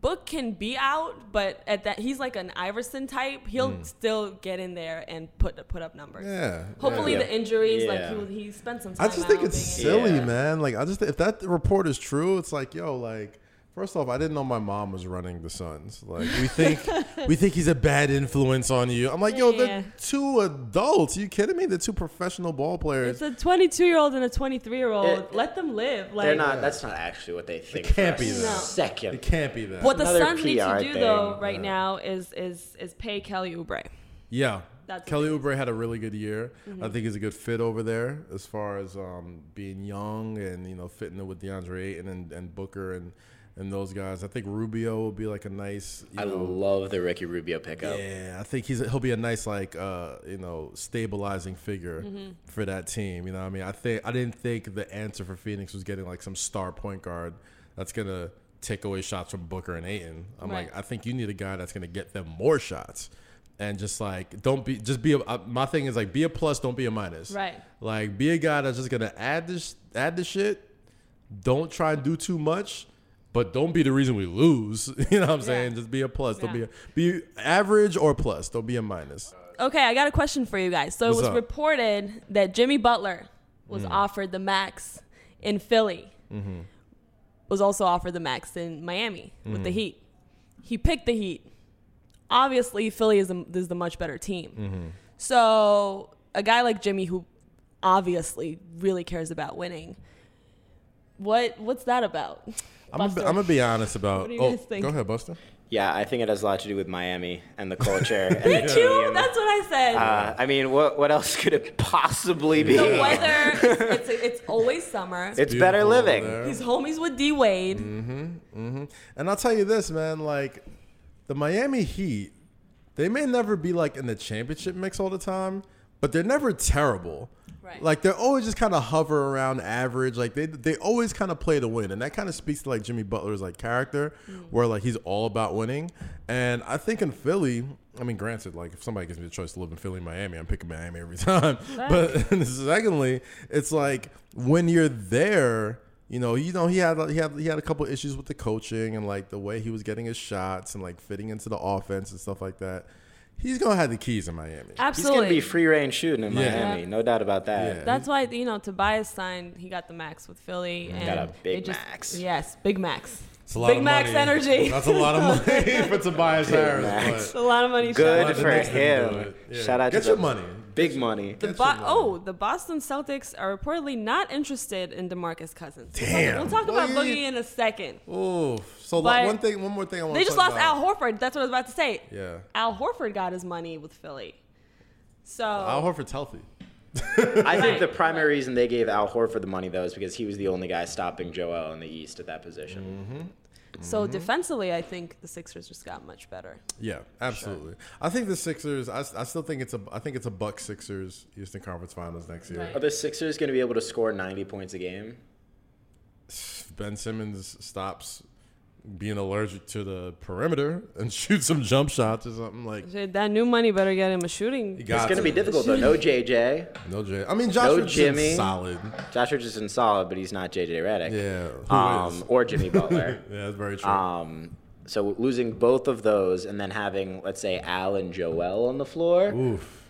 Speaker 2: book can be out, but at that he's like an Iverson type. He'll
Speaker 3: Mm.
Speaker 2: still get in there and put put up numbers.
Speaker 1: Yeah,
Speaker 2: Hopefully
Speaker 3: yeah.
Speaker 2: the injuries,
Speaker 3: Yeah.
Speaker 2: like he, he spent some time.
Speaker 1: I just think
Speaker 2: out
Speaker 1: it's
Speaker 2: being-
Speaker 1: silly,
Speaker 3: Yeah.
Speaker 1: man. Like, I just if that report is true, it's like, yo, like, first off, I didn't know my mom was running the Suns. Like, we think we think he's a bad influence on you. I'm like, yo,
Speaker 2: Yeah.
Speaker 1: they're two adults. Are you kidding me? They're two professional ball players.
Speaker 2: It's a 22 year old and a 23 year old.
Speaker 3: It-
Speaker 2: Let them live. Like
Speaker 3: They're not. That's not actually what they think.
Speaker 1: can't
Speaker 3: for
Speaker 1: be
Speaker 3: a
Speaker 1: that. No.
Speaker 3: Second.
Speaker 1: it can't be that.
Speaker 2: what the
Speaker 3: another
Speaker 2: Suns need to
Speaker 3: PR
Speaker 2: do
Speaker 3: thing.
Speaker 2: though right now is is is pay Kelly Oubre.
Speaker 1: Yeah.
Speaker 2: That's Mm-hmm.
Speaker 1: Kelly Oubre had a really good year. I think he's a good fit over there as far as um, being young and you know fitting in with DeAndre Ayton and, and Booker and and those guys. I think Rubio will be like a nice. You
Speaker 3: I
Speaker 1: know,
Speaker 3: love the Ricky Rubio pickup.
Speaker 1: Yeah, I think he's he'll be a nice like uh, you know stabilizing figure for that team. You know, what I mean, I think I didn't think the answer for Phoenix was getting like some star point guard that's gonna take away shots from Booker and Ayton. I'm
Speaker 2: Right.
Speaker 1: like, I think you need a guy that's gonna get them more shots. And just like don't be, just be. A, uh, my thing is like be a plus, don't be a minus.
Speaker 2: Right.
Speaker 1: Like be a guy that's just gonna add this, add the shit, don't try and do too much, but don't be the reason we lose. You know what I'm saying? Just be a plus. Don't
Speaker 2: Yeah.
Speaker 1: be a, be average or plus. Don't be a minus.
Speaker 2: Okay, I got a question for you guys. So
Speaker 1: What's
Speaker 2: it was
Speaker 1: up? Mm.
Speaker 2: reported that Jimmy Butler was offered the max in Philly.
Speaker 1: Mm-hmm.
Speaker 2: Was also offered the max in Miami with
Speaker 1: Mm-hmm.
Speaker 2: the Heat. He picked the Heat. Obviously, Philly is the, is the much better team.
Speaker 1: Mm-hmm.
Speaker 2: So a guy like Jimmy, who obviously really cares about winning, what what's that about?
Speaker 1: I'm gonna, be,
Speaker 2: Buster.
Speaker 1: I'm gonna be honest about.
Speaker 2: What do you
Speaker 1: oh,
Speaker 2: guys think?
Speaker 1: go ahead, Buster.
Speaker 3: Yeah, I think it has a lot to do with Miami and the culture. and the
Speaker 2: Thank you.
Speaker 3: team.
Speaker 2: That's what I said.
Speaker 3: Uh, I mean, what what else could it possibly be?
Speaker 2: the weather, it's, it's, it's always summer.
Speaker 3: It's better
Speaker 1: Beautiful
Speaker 3: living.
Speaker 1: over there.
Speaker 2: He's homies with D Wade.
Speaker 1: And I'll tell you this, man. Like the Miami Heat, they may never be like in the championship mix all the time, but they're never terrible.
Speaker 2: Right.
Speaker 1: Like they're always just kind of hover around average. Like they they always kind of play to win, and that kind of speaks to like Jimmy Butler's like character, where like he's all about winning. And I think in Philly, I mean, granted, like if somebody gives me the choice to live in Philly, Miami, I'm picking Miami every time. But secondly, it's like when you're there, you know, you know, he had he had he had a couple issues with the coaching and like the way he was getting his shots and like fitting into the offense and stuff like that. He's gonna have the keys in Miami.
Speaker 3: He's gonna
Speaker 2: Absolutely.
Speaker 3: be free range shooting in
Speaker 1: Yeah.
Speaker 3: Miami, no doubt about that.
Speaker 1: Yeah.
Speaker 2: That's why you know Tobias signed. He got the max with Philly. And
Speaker 3: Got a
Speaker 2: they
Speaker 3: big
Speaker 2: just-
Speaker 3: max.
Speaker 2: Yes, big max.
Speaker 1: It's a lot
Speaker 2: big
Speaker 1: of
Speaker 2: max
Speaker 1: money.
Speaker 2: energy.
Speaker 1: That's a lot of money for Tobias Harris.
Speaker 3: Max.
Speaker 1: But
Speaker 2: a lot of money.
Speaker 1: Why
Speaker 3: Good
Speaker 1: the
Speaker 3: for
Speaker 1: Knicks didn't do
Speaker 3: him.
Speaker 1: it? Yeah.
Speaker 3: Shout out
Speaker 1: Get
Speaker 3: to
Speaker 1: your
Speaker 3: the
Speaker 1: money.
Speaker 3: Big money.
Speaker 2: The
Speaker 1: That's
Speaker 2: Bo-
Speaker 1: your
Speaker 2: oh, the Boston Celtics are reportedly not interested in DeMarcus Cousins. We'll talk-
Speaker 1: Damn.
Speaker 2: We'll talk,
Speaker 1: Well,
Speaker 2: about
Speaker 1: you-
Speaker 2: Boogie in a second.
Speaker 1: oh, so
Speaker 2: But-
Speaker 1: one thing, one more thing. I want
Speaker 2: They
Speaker 1: to
Speaker 2: just
Speaker 1: talk
Speaker 2: lost
Speaker 1: about.
Speaker 2: Al Horford. That's what I was about to say.
Speaker 1: Yeah,
Speaker 2: Al Horford got his money with Philly. So
Speaker 1: Al Horford's healthy.
Speaker 3: I think
Speaker 2: Right.
Speaker 3: the primary reason they gave Al Horford the money though is because he was the only guy stopping Joel in the East at that position.
Speaker 1: Mm-hmm.
Speaker 2: So defensively, I think the Sixers just got much better.
Speaker 1: Yeah, absolutely. I think the Sixers. I, I still think it's a. I think it's a Buck Sixers Eastern Conference Finals next year.
Speaker 3: Are the Sixers going to be able to score 90 points a game?
Speaker 1: Ben Simmons stops being allergic to the perimeter and shoots some jump shots or something like.
Speaker 2: So That new money better get him a
Speaker 1: He
Speaker 2: shooting.
Speaker 1: got
Speaker 3: It's going to be difficult though. No JJ.
Speaker 1: No Jay. I mean, Josh
Speaker 3: No
Speaker 1: Richardson's
Speaker 3: Jimmy.
Speaker 1: solid.
Speaker 3: Josh Richardson's solid, but he's not JJ Redick.
Speaker 1: Yeah. Who is?
Speaker 3: Um, or Jimmy Butler.
Speaker 1: Yeah, that's very true.
Speaker 3: Um, so losing both of those and then having, let's say, Al and Joel on the floor,
Speaker 1: Oof.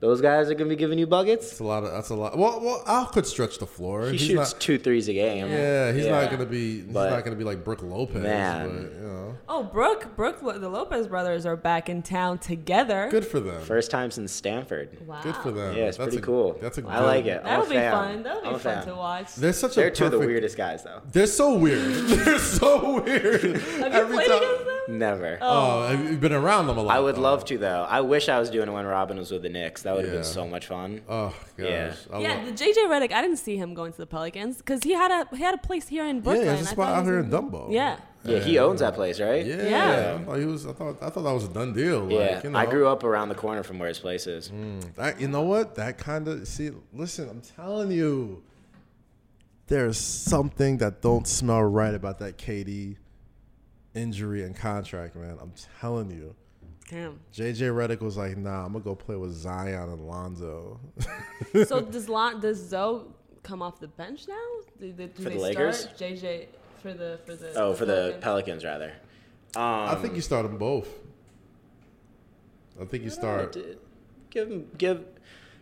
Speaker 3: those guys are going to be giving you buckets.
Speaker 1: That's a lot. Of, that's a lot. Well, well, Al could stretch the floor.
Speaker 3: He
Speaker 1: He's
Speaker 3: shoots
Speaker 1: not-
Speaker 3: two threes a game.
Speaker 1: yeah, he's
Speaker 3: Yeah.
Speaker 1: not gonna be. He's
Speaker 3: But-
Speaker 1: not gonna be like Brooke Lopez.
Speaker 3: Man.
Speaker 1: But, you know,
Speaker 2: Oh, Brooke, Brooke, Lo- the Lopez brothers are back in town together.
Speaker 1: good for them.
Speaker 3: First time since Stanford.
Speaker 2: Wow.
Speaker 1: Good for them.
Speaker 3: Yeah, it's
Speaker 1: That's
Speaker 3: pretty
Speaker 1: a-
Speaker 3: cool.
Speaker 1: That's a good,
Speaker 3: I like it. I'm a
Speaker 2: That'll be
Speaker 3: fan.
Speaker 2: fun. That'll be
Speaker 3: I'm a
Speaker 2: fun
Speaker 3: fan.
Speaker 2: to watch.
Speaker 1: They're such a
Speaker 3: They're two of the
Speaker 1: perfect-
Speaker 3: weirdest guys, though.
Speaker 1: They're so weird. They're so weird.
Speaker 2: Have you played against them?
Speaker 3: Never.
Speaker 1: Oh, have you been around them a lot?
Speaker 3: I would
Speaker 1: though?
Speaker 3: love to, though. I wish I was doing it when Robin was with the Knicks. That would have
Speaker 1: Yeah.
Speaker 3: been so much fun.
Speaker 1: Oh gosh.
Speaker 3: Yeah.
Speaker 1: I
Speaker 2: Yeah,
Speaker 1: love-
Speaker 2: the JJ Redick. I didn't see him going to the Pelicans because he had a he had a place here in Brooklyn.
Speaker 1: yeah, it's a
Speaker 2: I
Speaker 1: spot
Speaker 2: thought
Speaker 1: out
Speaker 2: he
Speaker 1: here
Speaker 2: was
Speaker 1: in
Speaker 2: gonna-
Speaker 1: Dumbo.
Speaker 2: Yeah.
Speaker 3: yeah, he owns that place, right?
Speaker 1: Yeah.
Speaker 2: Yeah.
Speaker 1: I thought he was. I thought. I thought that was a done deal. Like,
Speaker 3: Yeah.
Speaker 1: You know, Mm.
Speaker 3: I grew up around the corner from where his place is.
Speaker 1: That, you know what? That kind of see. Listen, I'm telling you, there's something that don't smell right about that KD injury and contract, man. I'm telling you.
Speaker 2: Damn.
Speaker 1: JJ Redick was like, "Nah, I'm gonna go play with Zion and Lonzo."
Speaker 2: So does Lon, does Zoe come off the bench now? Do, they- do
Speaker 3: For
Speaker 2: they
Speaker 3: the Lakers?
Speaker 2: start JJ for the for the
Speaker 3: Oh, for the
Speaker 2: Pelicans?
Speaker 3: Pelicans, rather.
Speaker 1: I
Speaker 3: Um,
Speaker 1: think you start them both. I think you start.
Speaker 3: D- Give 'em- give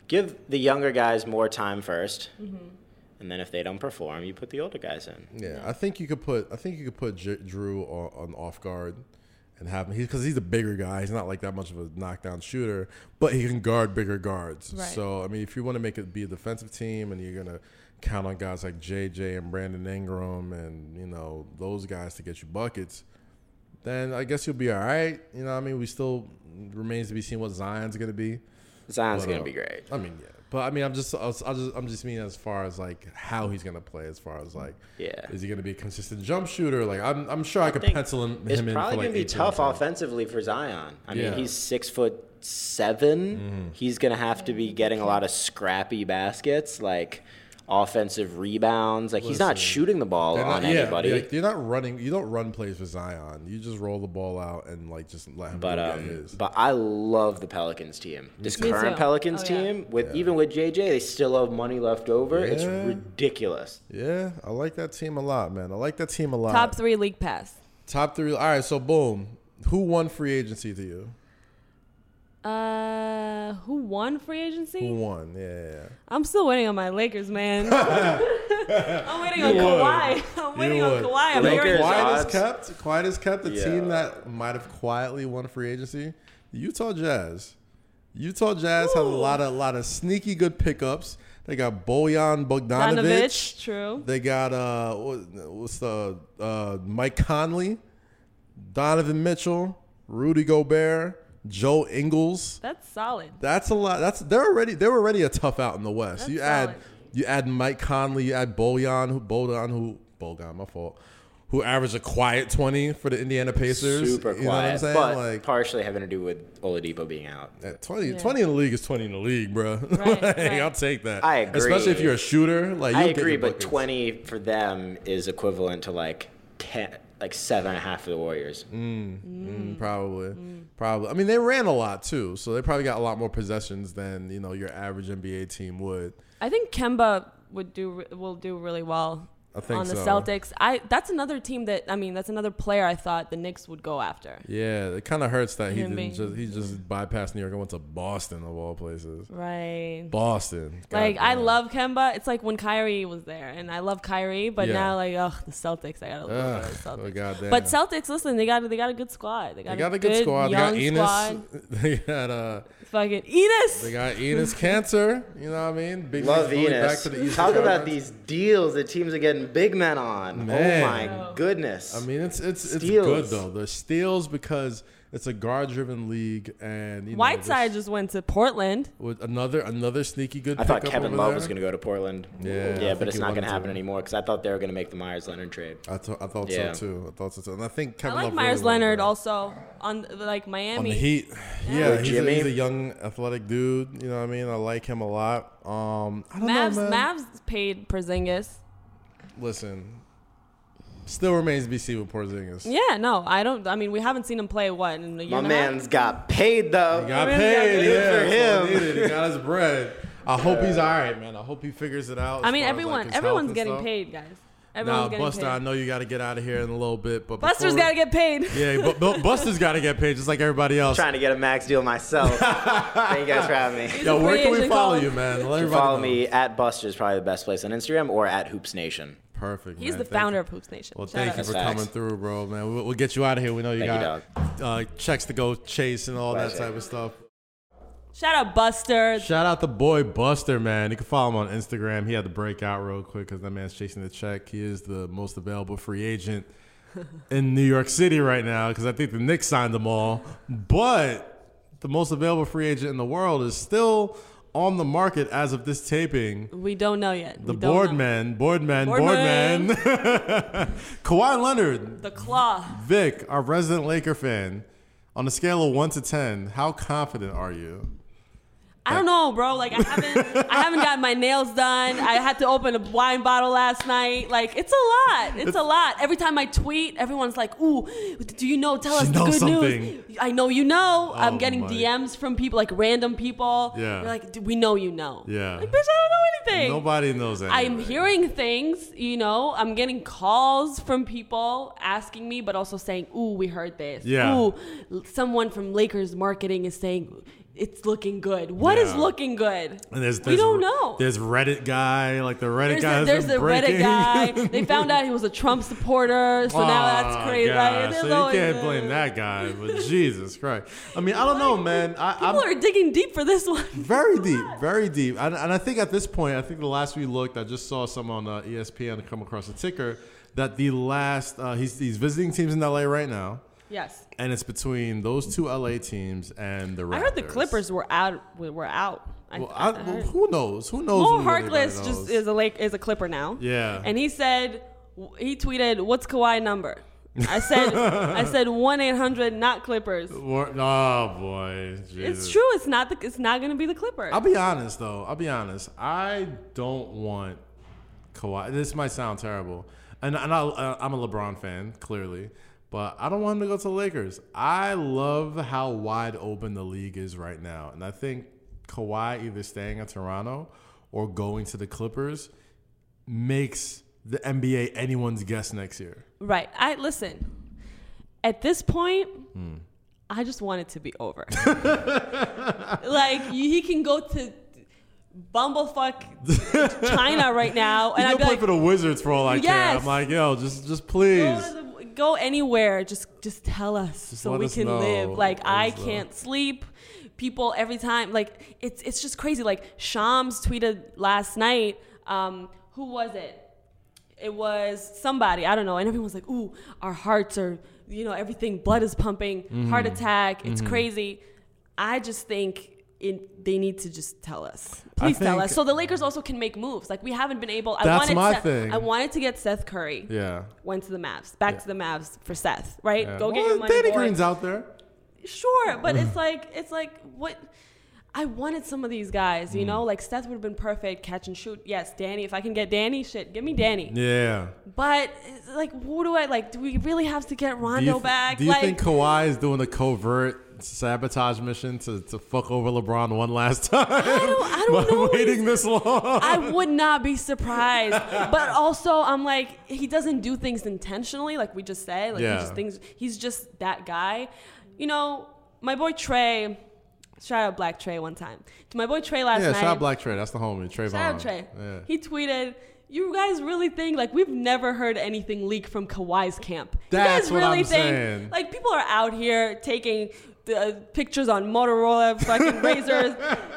Speaker 3: give the younger guys more time 1st and then if they don't perform, you put the older guys in.
Speaker 1: Yeah, I think you could put. I think you could put J- Drew on, on off guard and have him because he's a bigger guy. He's not like that much of a knockdown shooter, but he can guard bigger guards.
Speaker 2: Right.
Speaker 1: So I mean, if you want to make it be a defensive team and you're gonna count on guys like JJ and Brandon Ingram and you know those guys to get you buckets. Then I guess you'll be all right. You know, what I mean, we still remains to be seen what Zion's going to be.
Speaker 3: Zion's
Speaker 1: But,
Speaker 3: gonna
Speaker 1: uh,
Speaker 3: be great.
Speaker 1: I mean, yeah, but I mean, I'm just, I was, I just, I'm just meaning as far as like how he's gonna play, as far as like,
Speaker 3: Yeah.
Speaker 1: is he gonna be a consistent jump shooter? Like, I'm, I'm sure I could
Speaker 3: think
Speaker 1: pencil him,
Speaker 3: It's
Speaker 1: him in.
Speaker 3: probably
Speaker 1: for, like,
Speaker 3: gonna be
Speaker 1: eight
Speaker 3: tough
Speaker 1: points.
Speaker 3: offensively for Zion. I
Speaker 1: Yeah. Mm-hmm.
Speaker 3: mean, he's six foot 7 He's gonna have to be getting a lot of scrappy baskets, like offensive rebounds. Like he's not
Speaker 1: Listen,
Speaker 3: shooting the ball
Speaker 1: They're
Speaker 3: on
Speaker 1: not, yeah,
Speaker 3: anybody.
Speaker 1: you're, you're not running. You don't run plays for Zion. You just roll the ball out and like just let him
Speaker 3: But
Speaker 1: go get
Speaker 3: um,
Speaker 1: his.
Speaker 3: but I love the Pelicans team. This
Speaker 2: too. Me
Speaker 3: current
Speaker 2: too.
Speaker 3: Pelicans
Speaker 2: Oh, yeah.
Speaker 3: team, with even with JJ, they still have money left over. It's
Speaker 1: Yeah.
Speaker 3: ridiculous.
Speaker 1: yeah, I like that team a lot, man. I like that team a lot.
Speaker 2: top three league pass.
Speaker 1: Top three. All right, so boom. Who won free agency to you?
Speaker 2: Uh, who won free
Speaker 1: Who
Speaker 2: agency?
Speaker 1: won? Yeah, yeah, yeah.
Speaker 2: I'm still waiting on my Lakers, man. I'm waiting on
Speaker 1: You would.
Speaker 2: Kawhi. I'm waiting
Speaker 1: You
Speaker 2: on
Speaker 1: would.
Speaker 2: Kawhi. I'm
Speaker 3: The
Speaker 2: very-
Speaker 3: Lakers-
Speaker 1: quiet
Speaker 3: odds.
Speaker 1: as kept. Quiet as kept. The
Speaker 3: Yeah.
Speaker 1: team that might have quietly won free agency, the Utah Jazz. Utah Jazz had a lot of lot of sneaky good pickups. They got Bojan Bogdanovic.
Speaker 2: Bogdanovic, true.
Speaker 1: They got uh, what- what's the uh, Mike Conley, Donovan Mitchell, Rudy Gobert, Joe Ingles.
Speaker 2: That's solid.
Speaker 1: That's a lot. That's they're already they're already a tough out in the West.
Speaker 2: That's
Speaker 1: you add
Speaker 2: solid.
Speaker 1: you add Mike Conley, you add Bojan, who Bojan, who Bojan, my fault, who averaged a quiet twenty for the Indiana Pacers.
Speaker 3: Super quiet,
Speaker 1: you know what I'm saying?
Speaker 3: but
Speaker 1: like
Speaker 3: partially having to do with Oladipo being out.
Speaker 1: at 20,
Speaker 2: Yeah.
Speaker 1: 20 in the league is twenty in the league, bro.
Speaker 2: Right,
Speaker 1: Like,
Speaker 2: right.
Speaker 1: I'll take that.
Speaker 3: I agree.
Speaker 1: especially if you're a shooter. Like
Speaker 3: I
Speaker 1: you'll get
Speaker 3: agree,
Speaker 1: your
Speaker 3: but
Speaker 1: buckets.
Speaker 3: twenty for them is equivalent to like ten, like seven and a half for the Warriors.
Speaker 1: Mm, probably, probably. I mean, they ran a lot too, so they probably got a lot more possessions than you know your average NBA team would.
Speaker 2: I think Kemba would do will do really well
Speaker 1: I think
Speaker 2: on the
Speaker 1: so.
Speaker 2: Celtics. I that's another team that I mean that's another player I thought the Knicks would go after.
Speaker 1: Yeah, it kind of hurts that he didn't
Speaker 2: Him being-
Speaker 1: just he just bypassed New York and went to Boston of all places.
Speaker 2: Right.
Speaker 1: Boston.
Speaker 2: Like I
Speaker 1: Goddamn.
Speaker 2: love Kemba. It's like when Kyrie was there, and I love Kyrie, but
Speaker 1: Yeah.
Speaker 2: now like ugh, the Celtics. I gotta
Speaker 1: Ugh,
Speaker 2: look at the
Speaker 1: oh,
Speaker 2: Celtics.
Speaker 1: goddamn.
Speaker 2: but Celtics, listen, they got they got a good squad. They got,
Speaker 1: They got a good squad. They
Speaker 2: Young
Speaker 1: got Enos.
Speaker 2: squad.
Speaker 1: They got uh
Speaker 2: Fucking Enos.
Speaker 1: they got Enos Cancer. You know what I mean? Big
Speaker 3: Love
Speaker 1: Enos going
Speaker 3: Venus.
Speaker 1: Eastern
Speaker 3: Talk about
Speaker 1: Conference.
Speaker 3: these deals that teams are getting them big men on.
Speaker 1: Man.
Speaker 3: Oh my goodness.
Speaker 1: I mean, it's it's it's good
Speaker 3: Steals.
Speaker 1: though. The steals because it's a guard-driven league, and you know,
Speaker 2: Whiteside
Speaker 1: this-
Speaker 2: just went to Portland.
Speaker 1: with another another sneaky good.
Speaker 3: I thought
Speaker 1: pickup
Speaker 3: Kevin
Speaker 1: over
Speaker 3: Love
Speaker 1: there.
Speaker 3: was going to go to Portland.
Speaker 1: Yeah, I
Speaker 3: yeah,
Speaker 1: think
Speaker 3: but it's
Speaker 1: he
Speaker 3: not going
Speaker 1: wanted
Speaker 3: to
Speaker 1: to.
Speaker 3: happen anymore because I thought they were going to make the Myers Leonard trade.
Speaker 1: I, th- I thought
Speaker 3: Yeah.
Speaker 1: so too. I thought so too. And I think
Speaker 2: I
Speaker 1: Kevin
Speaker 2: like
Speaker 1: Love
Speaker 2: Myers
Speaker 1: really wanted
Speaker 2: Leonard
Speaker 1: that.
Speaker 2: also on like Miami.
Speaker 1: on the Heat. Yeah, he's a,
Speaker 3: Jimmy.
Speaker 1: he's a young athletic dude. You know what I mean? I like him a lot. Um, I don't
Speaker 2: Mavs,
Speaker 1: know, man.
Speaker 2: Mavs paid Porzingis.
Speaker 1: Listen, still remains to be seen with Porzingis.
Speaker 2: Yeah, no, I don't. I mean, we haven't seen him play what in a year
Speaker 3: My
Speaker 2: and a half?
Speaker 3: man's got paid though.
Speaker 1: He got
Speaker 2: Really
Speaker 1: paid.
Speaker 2: good
Speaker 1: Yeah,
Speaker 3: for
Speaker 1: that's all
Speaker 3: him.
Speaker 1: he needed. He got his bread. I hope he's all right, man. I hope he figures it out. as
Speaker 2: I mean,
Speaker 1: far as, like,
Speaker 2: everyone,
Speaker 1: his health
Speaker 2: everyone's
Speaker 1: and
Speaker 2: getting
Speaker 1: stuff.
Speaker 2: paid, guys. Everyone's
Speaker 1: Now,
Speaker 2: getting
Speaker 1: Buster,
Speaker 2: paid.
Speaker 1: I know you got to get out of here in a little bit, but
Speaker 2: Buster's
Speaker 1: before-
Speaker 2: got to get paid.
Speaker 1: Yeah, but, but Buster's got to get paid just like everybody else.
Speaker 3: Trying to get a max deal myself. Thank you guys for having me.
Speaker 1: Yo, where
Speaker 2: Free
Speaker 1: can we
Speaker 2: agent
Speaker 1: follow
Speaker 2: calling.
Speaker 1: you, man? Let
Speaker 3: You
Speaker 1: everybody
Speaker 3: follow
Speaker 1: know.
Speaker 3: me at Buster is probably the best place on Instagram or at Hoops Nation.
Speaker 1: Perfect.
Speaker 2: He's
Speaker 1: man.
Speaker 2: the
Speaker 1: Thank you.
Speaker 2: founder of Hoops Nation.
Speaker 1: Well,
Speaker 2: Shout
Speaker 1: thank
Speaker 2: out.
Speaker 1: you for
Speaker 3: That's facts.
Speaker 1: coming through, bro, man. We'll, we'll get you out of here. We know you
Speaker 3: Thank you,
Speaker 1: got uh, checks to go chase and all that
Speaker 3: Pleasure.
Speaker 1: type of stuff.
Speaker 2: Shout out Buster.
Speaker 1: Shout out the boy Buster, man. You can follow him on Instagram. He had to break out real quick because that man's chasing the check. He is the most available free agent in New York City right now because I think the Knicks signed them all. But the most available free agent in the world is still on the market as of this taping.
Speaker 2: We don't know yet.
Speaker 1: The
Speaker 2: We don't know.
Speaker 1: boardman, boardman, boardman,
Speaker 2: Boardman.
Speaker 1: Kawhi Leonard,
Speaker 2: The claw.
Speaker 1: Vic, our resident Laker fan, on a scale of one to ten, how confident are you?
Speaker 2: I don't know, bro. Like I haven't, I haven't got my nails done. I had to open a wine bottle last night. Like it's a lot. It's a lot. Every time I tweet, everyone's like, "Ooh, do you know? Tell
Speaker 1: She
Speaker 2: us the
Speaker 1: knows
Speaker 2: good
Speaker 1: something.
Speaker 2: news." I know you know.
Speaker 1: Oh
Speaker 2: I'm getting
Speaker 1: my.
Speaker 2: DMs from people, like random people.
Speaker 1: Yeah.
Speaker 2: They're like, "D- "We know you know."
Speaker 1: Yeah.
Speaker 2: Like, bitch, I don't know anything.
Speaker 1: Nobody knows that.
Speaker 2: I'm hearing things, you know. I'm getting calls from people asking me, but also saying, "Ooh, we heard this."
Speaker 1: Yeah.
Speaker 2: Ooh, l- someone from Lakers marketing is saying it's looking good. What is
Speaker 1: Yeah.
Speaker 2: looking good?
Speaker 1: And there's,
Speaker 2: we
Speaker 1: there's,
Speaker 2: don't know.
Speaker 1: There's Reddit guy, like the Reddit
Speaker 2: There's
Speaker 1: guy.
Speaker 2: a,
Speaker 1: has
Speaker 2: there's
Speaker 1: been
Speaker 2: a Reddit
Speaker 1: breaking.
Speaker 2: guy. They found out he was a Trump supporter, so now that's
Speaker 1: Oh,
Speaker 2: crazy.
Speaker 1: gosh.
Speaker 2: Like, there's
Speaker 1: so you
Speaker 2: always-
Speaker 1: can't blame that guy, but Jesus Christ. I mean, I don't know, man. I,
Speaker 2: People
Speaker 1: I'm
Speaker 2: are digging deep for this one.
Speaker 1: very deep, very deep. And, and I think at this point, I think the last we looked, I just saw some on uh, ESPN come across a ticker that the last uh, he's he's visiting teams in LA right now.
Speaker 2: yes,
Speaker 1: and it's between those two LA teams and the Raptors.
Speaker 2: I heard the Clippers were out. Were out. I,
Speaker 1: Well, I,
Speaker 2: I
Speaker 1: well,
Speaker 2: heard.
Speaker 1: who knows? Who knows?
Speaker 2: Mo
Speaker 1: who anybody
Speaker 2: Harkless
Speaker 1: knows?
Speaker 2: just is a Lake is a Clipper now.
Speaker 1: Yeah.
Speaker 2: And he said he tweeted, "What's Kawhi number?" I said I said one eight hundred not Clippers.
Speaker 1: War- oh boy, Jesus.
Speaker 2: It's true. It's not the. It's not gonna be the Clippers.
Speaker 1: I'll be honest though. I'll be honest. I don't want Kawhi. This might sound terrible, and and I, uh, I'm a LeBron fan clearly, but I don't want him to go to the Lakers. I love how wide open the league is right now, and I think Kawhi either staying at Toronto or going to the Clippers makes the NBA anyone's guess next year.
Speaker 2: right. I listen. At this point.
Speaker 1: Hmm.
Speaker 2: I just want it to be over. like you- he can go to bumblefuck China right now, and
Speaker 1: And
Speaker 2: I'd
Speaker 1: you
Speaker 2: be
Speaker 1: play
Speaker 2: like,
Speaker 1: for the Wizards for all I care.
Speaker 2: Yes.
Speaker 1: I'm like, yo, just just
Speaker 2: go,
Speaker 1: please.
Speaker 2: to the, go anywhere. Just just tell us so
Speaker 1: let
Speaker 2: we
Speaker 1: us
Speaker 2: can
Speaker 1: know.
Speaker 2: live. Like
Speaker 1: Let
Speaker 2: I
Speaker 1: us know.
Speaker 2: can't sleep. People every time like it's it's just crazy. Like Shams tweeted last night. Um, who was it? It was somebody I don't know. And everyone's like, "Ooh, our hearts are you know everything. Blood is pumping.
Speaker 1: Mm-hmm.
Speaker 2: Heart attack. It's crazy." I just think. It, they need to just tell us.
Speaker 1: I
Speaker 2: Please tell
Speaker 1: think-
Speaker 2: us. So the Lakers also can make moves. Like we haven't been able. I
Speaker 1: That's
Speaker 2: wanted
Speaker 1: my
Speaker 2: Seth-
Speaker 1: thing.
Speaker 2: I wanted to get Seth Curry
Speaker 1: Yeah.
Speaker 2: went to the Mavs, back to the Mavs for Seth, right?
Speaker 1: Yeah.
Speaker 2: Go get
Speaker 1: Well,
Speaker 2: your money.
Speaker 1: Danny
Speaker 2: boy.
Speaker 1: Green's out there.
Speaker 2: Sure, but it's like it's like what I wanted some of these guys,
Speaker 1: Mm.
Speaker 2: you know, like Seth would have been perfect catch and shoot. Yes, Danny, if I can get Danny, shit, give me Danny.
Speaker 1: Yeah.
Speaker 2: But it's like, who do I like? Do we really have to get
Speaker 1: Do you,
Speaker 2: Rondo
Speaker 1: th-
Speaker 2: back?
Speaker 1: do you
Speaker 2: like,
Speaker 1: think Kawhi is doing a covert sabotage mission to, to fuck over LeBron one last time? I
Speaker 2: don't- I don't know.
Speaker 1: Waiting this long.
Speaker 2: I would not be surprised. But also, I'm like, he doesn't do things intentionally, like we just said. Like
Speaker 1: Yeah.
Speaker 2: he just thinks he's just that guy. You know, my boy Trey. Shout out Black Trey one time. To my boy Trey last
Speaker 1: yeah,
Speaker 2: night.
Speaker 1: shout out Black Trey. That's the homie. Trayvon.
Speaker 2: Shout out Trey.
Speaker 1: Yeah.
Speaker 2: He tweeted. You guys really think like we've never heard anything leak from Kawhi's camp?
Speaker 1: That's
Speaker 2: you guys
Speaker 1: what
Speaker 2: really
Speaker 1: I'm
Speaker 2: think
Speaker 1: saying.
Speaker 2: like people are out here taking uh, pictures on Motorola fucking razors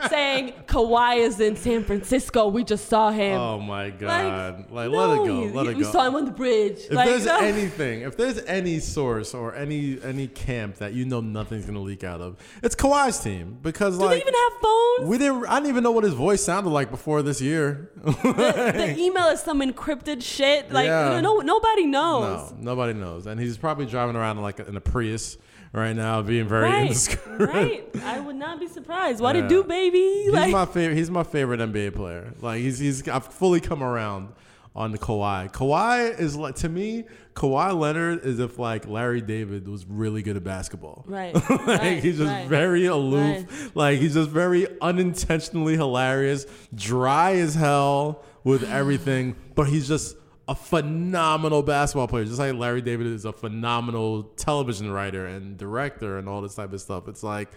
Speaker 2: saying Kawhi is in San Francisco. We just saw him.
Speaker 1: Oh my god! Like, let it go.
Speaker 2: no,
Speaker 1: Let it
Speaker 2: We
Speaker 1: go.
Speaker 2: saw him on the bridge.
Speaker 1: If
Speaker 2: like,
Speaker 1: there's
Speaker 2: no.
Speaker 1: anything, if there's any source or any any camp that you know nothing's gonna leak out of, it's Kawhi's team because
Speaker 2: do
Speaker 1: like
Speaker 2: they even have phones?
Speaker 1: we didn't. I didn't even know what his voice sounded like before this year.
Speaker 2: the email is some encrypted shit. Like
Speaker 1: Yeah.
Speaker 2: no, nobody knows.
Speaker 1: no, nobody knows, and he's probably driving around in like a, in a Prius right now, being very
Speaker 2: Right,
Speaker 1: indiscreet.
Speaker 2: right. I would not be surprised. What
Speaker 1: Yeah.
Speaker 2: it do, baby?
Speaker 1: He's
Speaker 2: Like,
Speaker 1: my favorite. He's my favorite NBA player. Like he's he's I've fully come around on the Kawhi. Kawhi is like to me. Kawhi Leonard is if like Larry David was really good at basketball.
Speaker 2: right.
Speaker 1: like
Speaker 2: right,
Speaker 1: he's just
Speaker 2: right.
Speaker 1: very aloof. Like he's just very unintentionally hilarious, dry as hell with everything, but he's just a phenomenal basketball player. Just like Larry David is a phenomenal television writer and director and all this type of stuff. It's like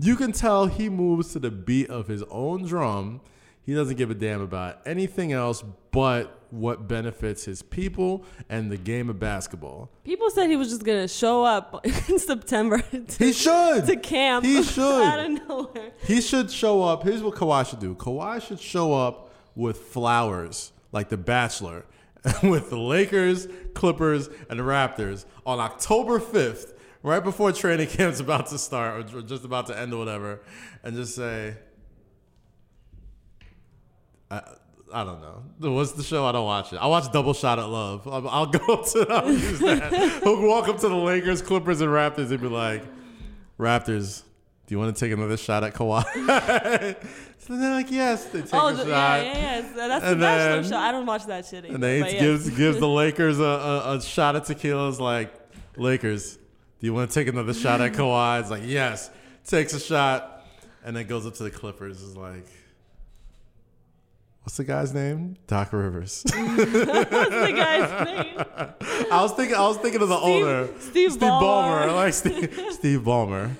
Speaker 1: you can tell he moves to the beat of his own drum. He doesn't give a damn about anything else but what benefits his people and the game of basketball.
Speaker 2: People said he was just gonna show up in September to,
Speaker 1: He should
Speaker 2: to camp.
Speaker 1: He should.
Speaker 2: out of nowhere.
Speaker 1: He should show up. Here's what Kawhi should do. Kawhi should show up with flowers, like The Bachelor, with the Lakers, Clippers, and the Raptors on October 5th, right before training camp's about to start or just about to end or whatever, and just say, I don't know. What's the show? I don't watch it. I watch Double Shot at Love. I'll, I'll go up to I'll use that. He'll walk up to the Lakers, Clippers, and Raptors and be like, Raptors, do you want to take another shot at Kawhi? so they're like, yes. They take
Speaker 2: Oh,
Speaker 1: a
Speaker 2: the,
Speaker 1: shot.
Speaker 2: yeah, yeah, yeah. So that's the
Speaker 1: And
Speaker 2: bachelor
Speaker 1: then-
Speaker 2: show. I don't watch that shit. Either,
Speaker 1: And then
Speaker 2: but
Speaker 1: he
Speaker 2: yeah.
Speaker 1: gives, gives the Lakers a, a, a shot at tequila. It's like, Lakers, do you want to take another shot at Kawhi? It's like, yes. Takes a shot and then goes up to the Clippers. Is like, what's the guy's name? Doc Rivers.
Speaker 2: What's the guy's name?
Speaker 1: I was thinking. I was thinking of the
Speaker 2: Steve-
Speaker 1: owner,
Speaker 2: Steve
Speaker 1: Ballmer.
Speaker 2: Ballmer.
Speaker 1: Like Steve, Steve Ballmer.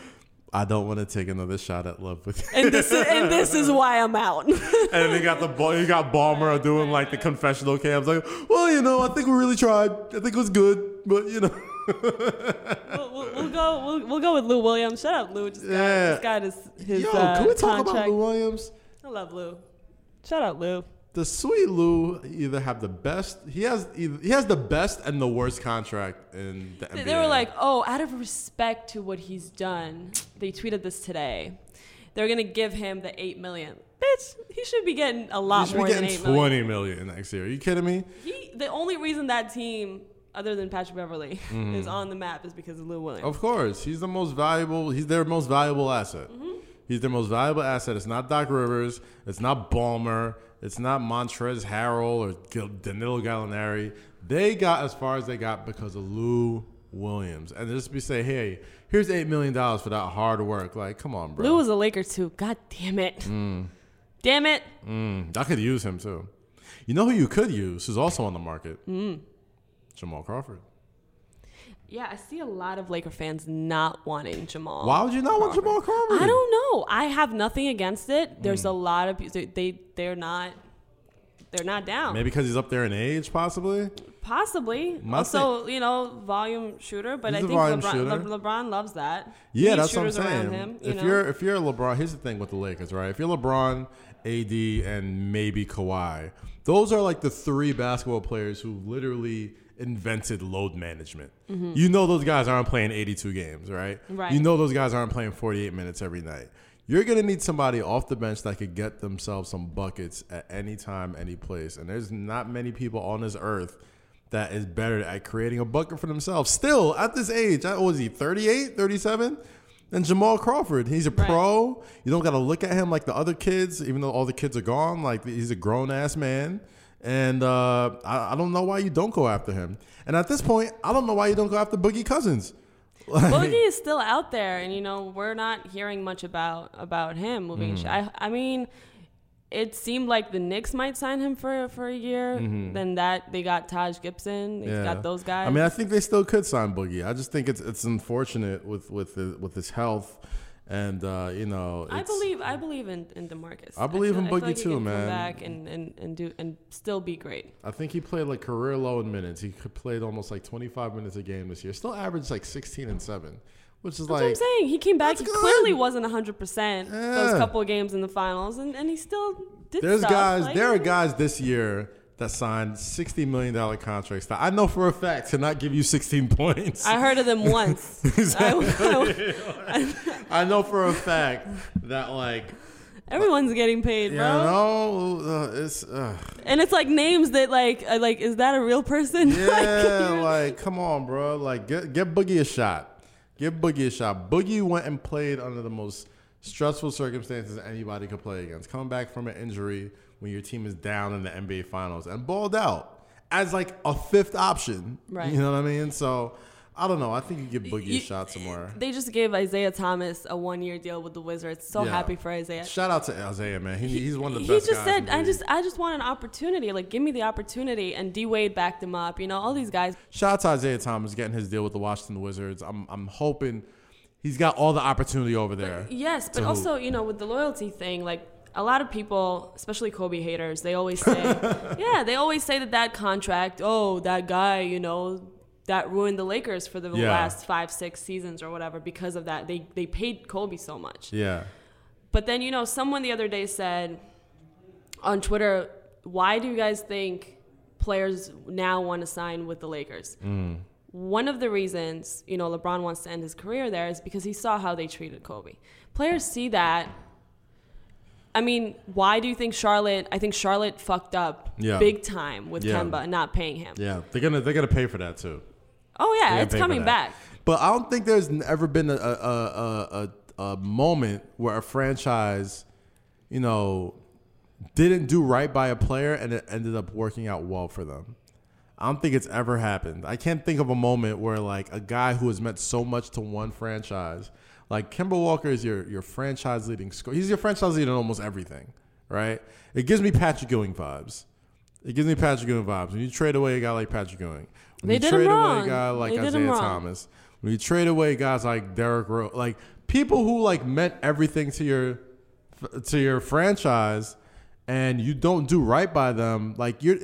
Speaker 1: I don't want to take another shot at love with you.
Speaker 2: And this is and this is why I'm out.
Speaker 1: And they got the ball. You got Ballmer doing like the confessional cams. Like, well, you know, I think we really tried. I think it was good, but you know,
Speaker 2: we'll, we'll, we'll go. We'll, we'll go with Lou Williams. Shut up, Lou. Just got,
Speaker 1: Yeah.
Speaker 2: just got his his
Speaker 1: yo,
Speaker 2: uh,
Speaker 1: can we talk
Speaker 2: contract.
Speaker 1: about Lou Williams?
Speaker 2: I love Lou. Shout out Lou.
Speaker 1: The sweet Lou either have the best. He has either, he has the best and the worst contract in the
Speaker 2: They,
Speaker 1: NBA.
Speaker 2: they were like, oh, out of respect to what he's done, they tweeted this today. They're gonna give him the eight million. Bitch, he should be getting a
Speaker 1: you
Speaker 2: lot
Speaker 1: should
Speaker 2: more
Speaker 1: be
Speaker 2: than
Speaker 1: getting
Speaker 2: eight million.
Speaker 1: twenty million next year. Are you kidding me?
Speaker 2: He, the only reason that team, other than Patrick Beverly,
Speaker 1: Mm-hmm.
Speaker 2: is on the map is because of Lou Williams.
Speaker 1: Of course, he's the most valuable. He's their most valuable asset.
Speaker 2: Mm-hmm.
Speaker 1: He's their most valuable asset. It's not Doc Rivers. It's not Ballmer. It's not Montrez Harrell or Gil- Danilo Gallinari. They got as far as they got because of Lou Williams. And just be say, hey, here's eight million dollars for that hard work. Like, come on, bro.
Speaker 2: Lou was a Laker too. God damn it.
Speaker 1: Mm.
Speaker 2: Damn it.
Speaker 1: I could use him too. You know who you could use who's also on the market?
Speaker 2: Mm.
Speaker 1: Jamal Crawford.
Speaker 2: Yeah, I see a lot of Laker fans not wanting Jamal.
Speaker 1: Why would you not want Jamal Crawford?
Speaker 2: I don't know. I have nothing against it. There's
Speaker 1: Mm.
Speaker 2: a lot of they- they they're not they're not down.
Speaker 1: Maybe because he's up there in age, possibly.
Speaker 2: Possibly.
Speaker 1: My
Speaker 2: also, you know, volume shooter, but
Speaker 1: He's
Speaker 2: I
Speaker 1: a
Speaker 2: think
Speaker 1: volume
Speaker 2: LeBron,
Speaker 1: shooter.
Speaker 2: Le- LeBron loves that.
Speaker 1: Yeah,
Speaker 2: He
Speaker 1: that's what I'm
Speaker 2: shooters
Speaker 1: saying.
Speaker 2: around him, you
Speaker 1: if
Speaker 2: know?
Speaker 1: you are if you're LeBron, here's the thing with the Lakers, right? If you're LeBron, AD, and maybe Kawhi, those are like the three basketball players who literally invented load management. You know those guys aren't playing 82 games, right?
Speaker 2: Mm-hmm. Right.
Speaker 1: You know those guys aren't playing 48 minutes every night. You're gonna need somebody off the bench that could get themselves some buckets at any time, any place. And there's not many people on this earth that is better at creating a bucket for themselves. Still, at this age, I was he 38, 37? And Jamal Crawford, he's a
Speaker 2: Right.
Speaker 1: pro. You don't got to look at him like the other kids, even though all the kids are gone. Like he's a grown ass man, and uh, I, I don't know why you don't go after him. And at this point, I don't know why you don't go after Boogie Cousins. Like,
Speaker 2: Boogie is still out there, and you know we're not hearing much about about him moving.
Speaker 1: Mm.
Speaker 2: I I mean, it seemed like the Knicks might sign him for for a year. Then that they got Taj Gibson, they
Speaker 1: Mm-hmm. yeah.
Speaker 2: got those guys.
Speaker 1: I mean, I think they still could sign Boogie. I just think it's it's unfortunate with with his, with his health, and uh, you know,
Speaker 2: I
Speaker 1: it's-
Speaker 2: believe I believe in, in Demarcus.
Speaker 1: I believe
Speaker 2: feel-
Speaker 1: in
Speaker 2: feel
Speaker 1: Boogie
Speaker 2: like he
Speaker 1: too,
Speaker 2: can
Speaker 1: man.
Speaker 2: Come back and, and, and do and still be great.
Speaker 1: I think he played like career low in minutes. He could- played almost like 25 minutes a game this year. Still averaged like 16 and 7, Which is
Speaker 2: That's what I'm
Speaker 1: like
Speaker 2: saying. He came back.
Speaker 1: That's
Speaker 2: He
Speaker 1: good.
Speaker 2: clearly wasn't 100%
Speaker 1: Yeah.
Speaker 2: those couple of games in the finals, and, and he still did
Speaker 1: there's
Speaker 2: stuff.
Speaker 1: guys
Speaker 2: Like,
Speaker 1: there are guys this year that signed sixty million dollar contracts that I know for a fact cannot give you sixteen points.
Speaker 2: I heard of them once. I- I-
Speaker 1: I know for a fact that like
Speaker 2: everyone's getting paid,
Speaker 1: you
Speaker 2: bro.
Speaker 1: know uh, it's uh,
Speaker 2: And it's like names that like are like is that a real person?
Speaker 1: yeah
Speaker 2: you-
Speaker 1: like come on bro like get get Boogie a shot give Boogie a shot Boogie went and played under the most stressful circumstances anybody could play against coming back from an injury when your team is down in the NBA finals and balled out as like a fifth option
Speaker 2: Right.
Speaker 1: you know what I mean so I don't know I think you give Boogie
Speaker 2: You-
Speaker 1: a shot somewhere
Speaker 2: They just gave Isaiah Thomas a one year deal with the Wizards. So
Speaker 1: Yeah.
Speaker 2: happy for Isaiah.
Speaker 1: shout out to Isaiah man he, he's one of the
Speaker 2: He
Speaker 1: best
Speaker 2: just
Speaker 1: guys in
Speaker 2: said,
Speaker 1: the
Speaker 2: "I
Speaker 1: league.
Speaker 2: just, I just want an opportunity. Like, give me the opportunity." And D Wade backed him up. You know, all these guys.
Speaker 1: Shout out to Isaiah Thomas getting his deal with the Washington Wizards. I'm I'm hoping he's got all the opportunity over there.
Speaker 2: Yes, but
Speaker 1: To
Speaker 2: also, you know, with the loyalty thing, like a lot of people, especially Kobe haters, they always say, yeah, they always say that that contract, oh, that guy, you know, that ruined the Lakers for the
Speaker 1: Yeah.
Speaker 2: last five, six seasons or whatever because of that. They they paid Kobe so much.
Speaker 1: Yeah.
Speaker 2: But then, you know, someone the other day said on Twitter, why do you guys think players now want to sign with the Lakers?
Speaker 1: Mm.
Speaker 2: One of the reasons, you know, LeBron wants to end his career there is because he saw how they treated Kobe. Players see that. I mean, why do you think Charlotte? I think Charlotte fucked up
Speaker 1: Yeah.
Speaker 2: big time with
Speaker 1: Yeah.
Speaker 2: Kemba not paying him.
Speaker 1: Yeah. They're gonna they're gonna pay for that too.
Speaker 2: Oh yeah,
Speaker 1: They're gonna
Speaker 2: it's
Speaker 1: pay for
Speaker 2: coming
Speaker 1: that.
Speaker 2: back.
Speaker 1: But I don't think there's ever been a a, a a a moment where a franchise, you know, didn't do right by a player and it ended up working out well for them. I don't think it's ever happened. I can't think of a moment where like a guy who has meant so much to one franchise, like Kemba Walker is your your franchise leading scorer. He's your franchise leader in almost everything, right? It gives me Patrick Ewing vibes. It gives me Patrick Ewing vibes. When you trade away a guy like Patrick Ewing, when
Speaker 2: They
Speaker 1: you
Speaker 2: did him
Speaker 1: trade away
Speaker 2: wrong.
Speaker 1: a guy like
Speaker 2: They did him
Speaker 1: Isaiah
Speaker 2: wrong.
Speaker 1: Thomas, when you trade away guys like Derrick Rose, like people who like meant everything to your to your franchise, and you don't do right by them, like you're.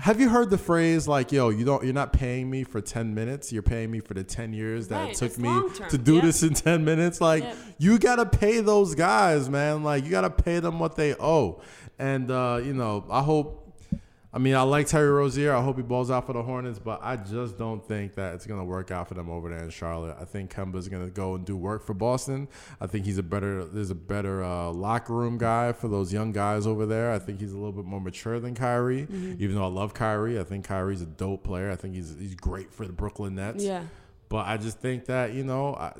Speaker 1: Have you heard the phrase like, "Yo, you don't, you're not paying me for ten minutes. You're paying me for the ten years that
Speaker 2: Right,
Speaker 1: it took
Speaker 2: it's
Speaker 1: me
Speaker 2: long-term,
Speaker 1: to do
Speaker 2: yeah.
Speaker 1: this in ten minutes." Like,
Speaker 2: Yep.
Speaker 1: you gotta pay those guys, man. Like, you gotta pay them what they owe. And uh, you know, I hope. I mean, I like Terry Rozier. I hope he balls out for the Hornets, but I just don't think that it's gonna work out for them over there in Charlotte. I think Kemba's gonna go and do work for Boston. I think he's a better, there's a better uh, locker room guy for those young guys over there. I think he's a little bit more mature than Kyrie, even though I love Kyrie. I think Kyrie's a dope player. I think he's he's great for the Brooklyn Nets.
Speaker 2: Yeah.
Speaker 1: But I just think that you know I,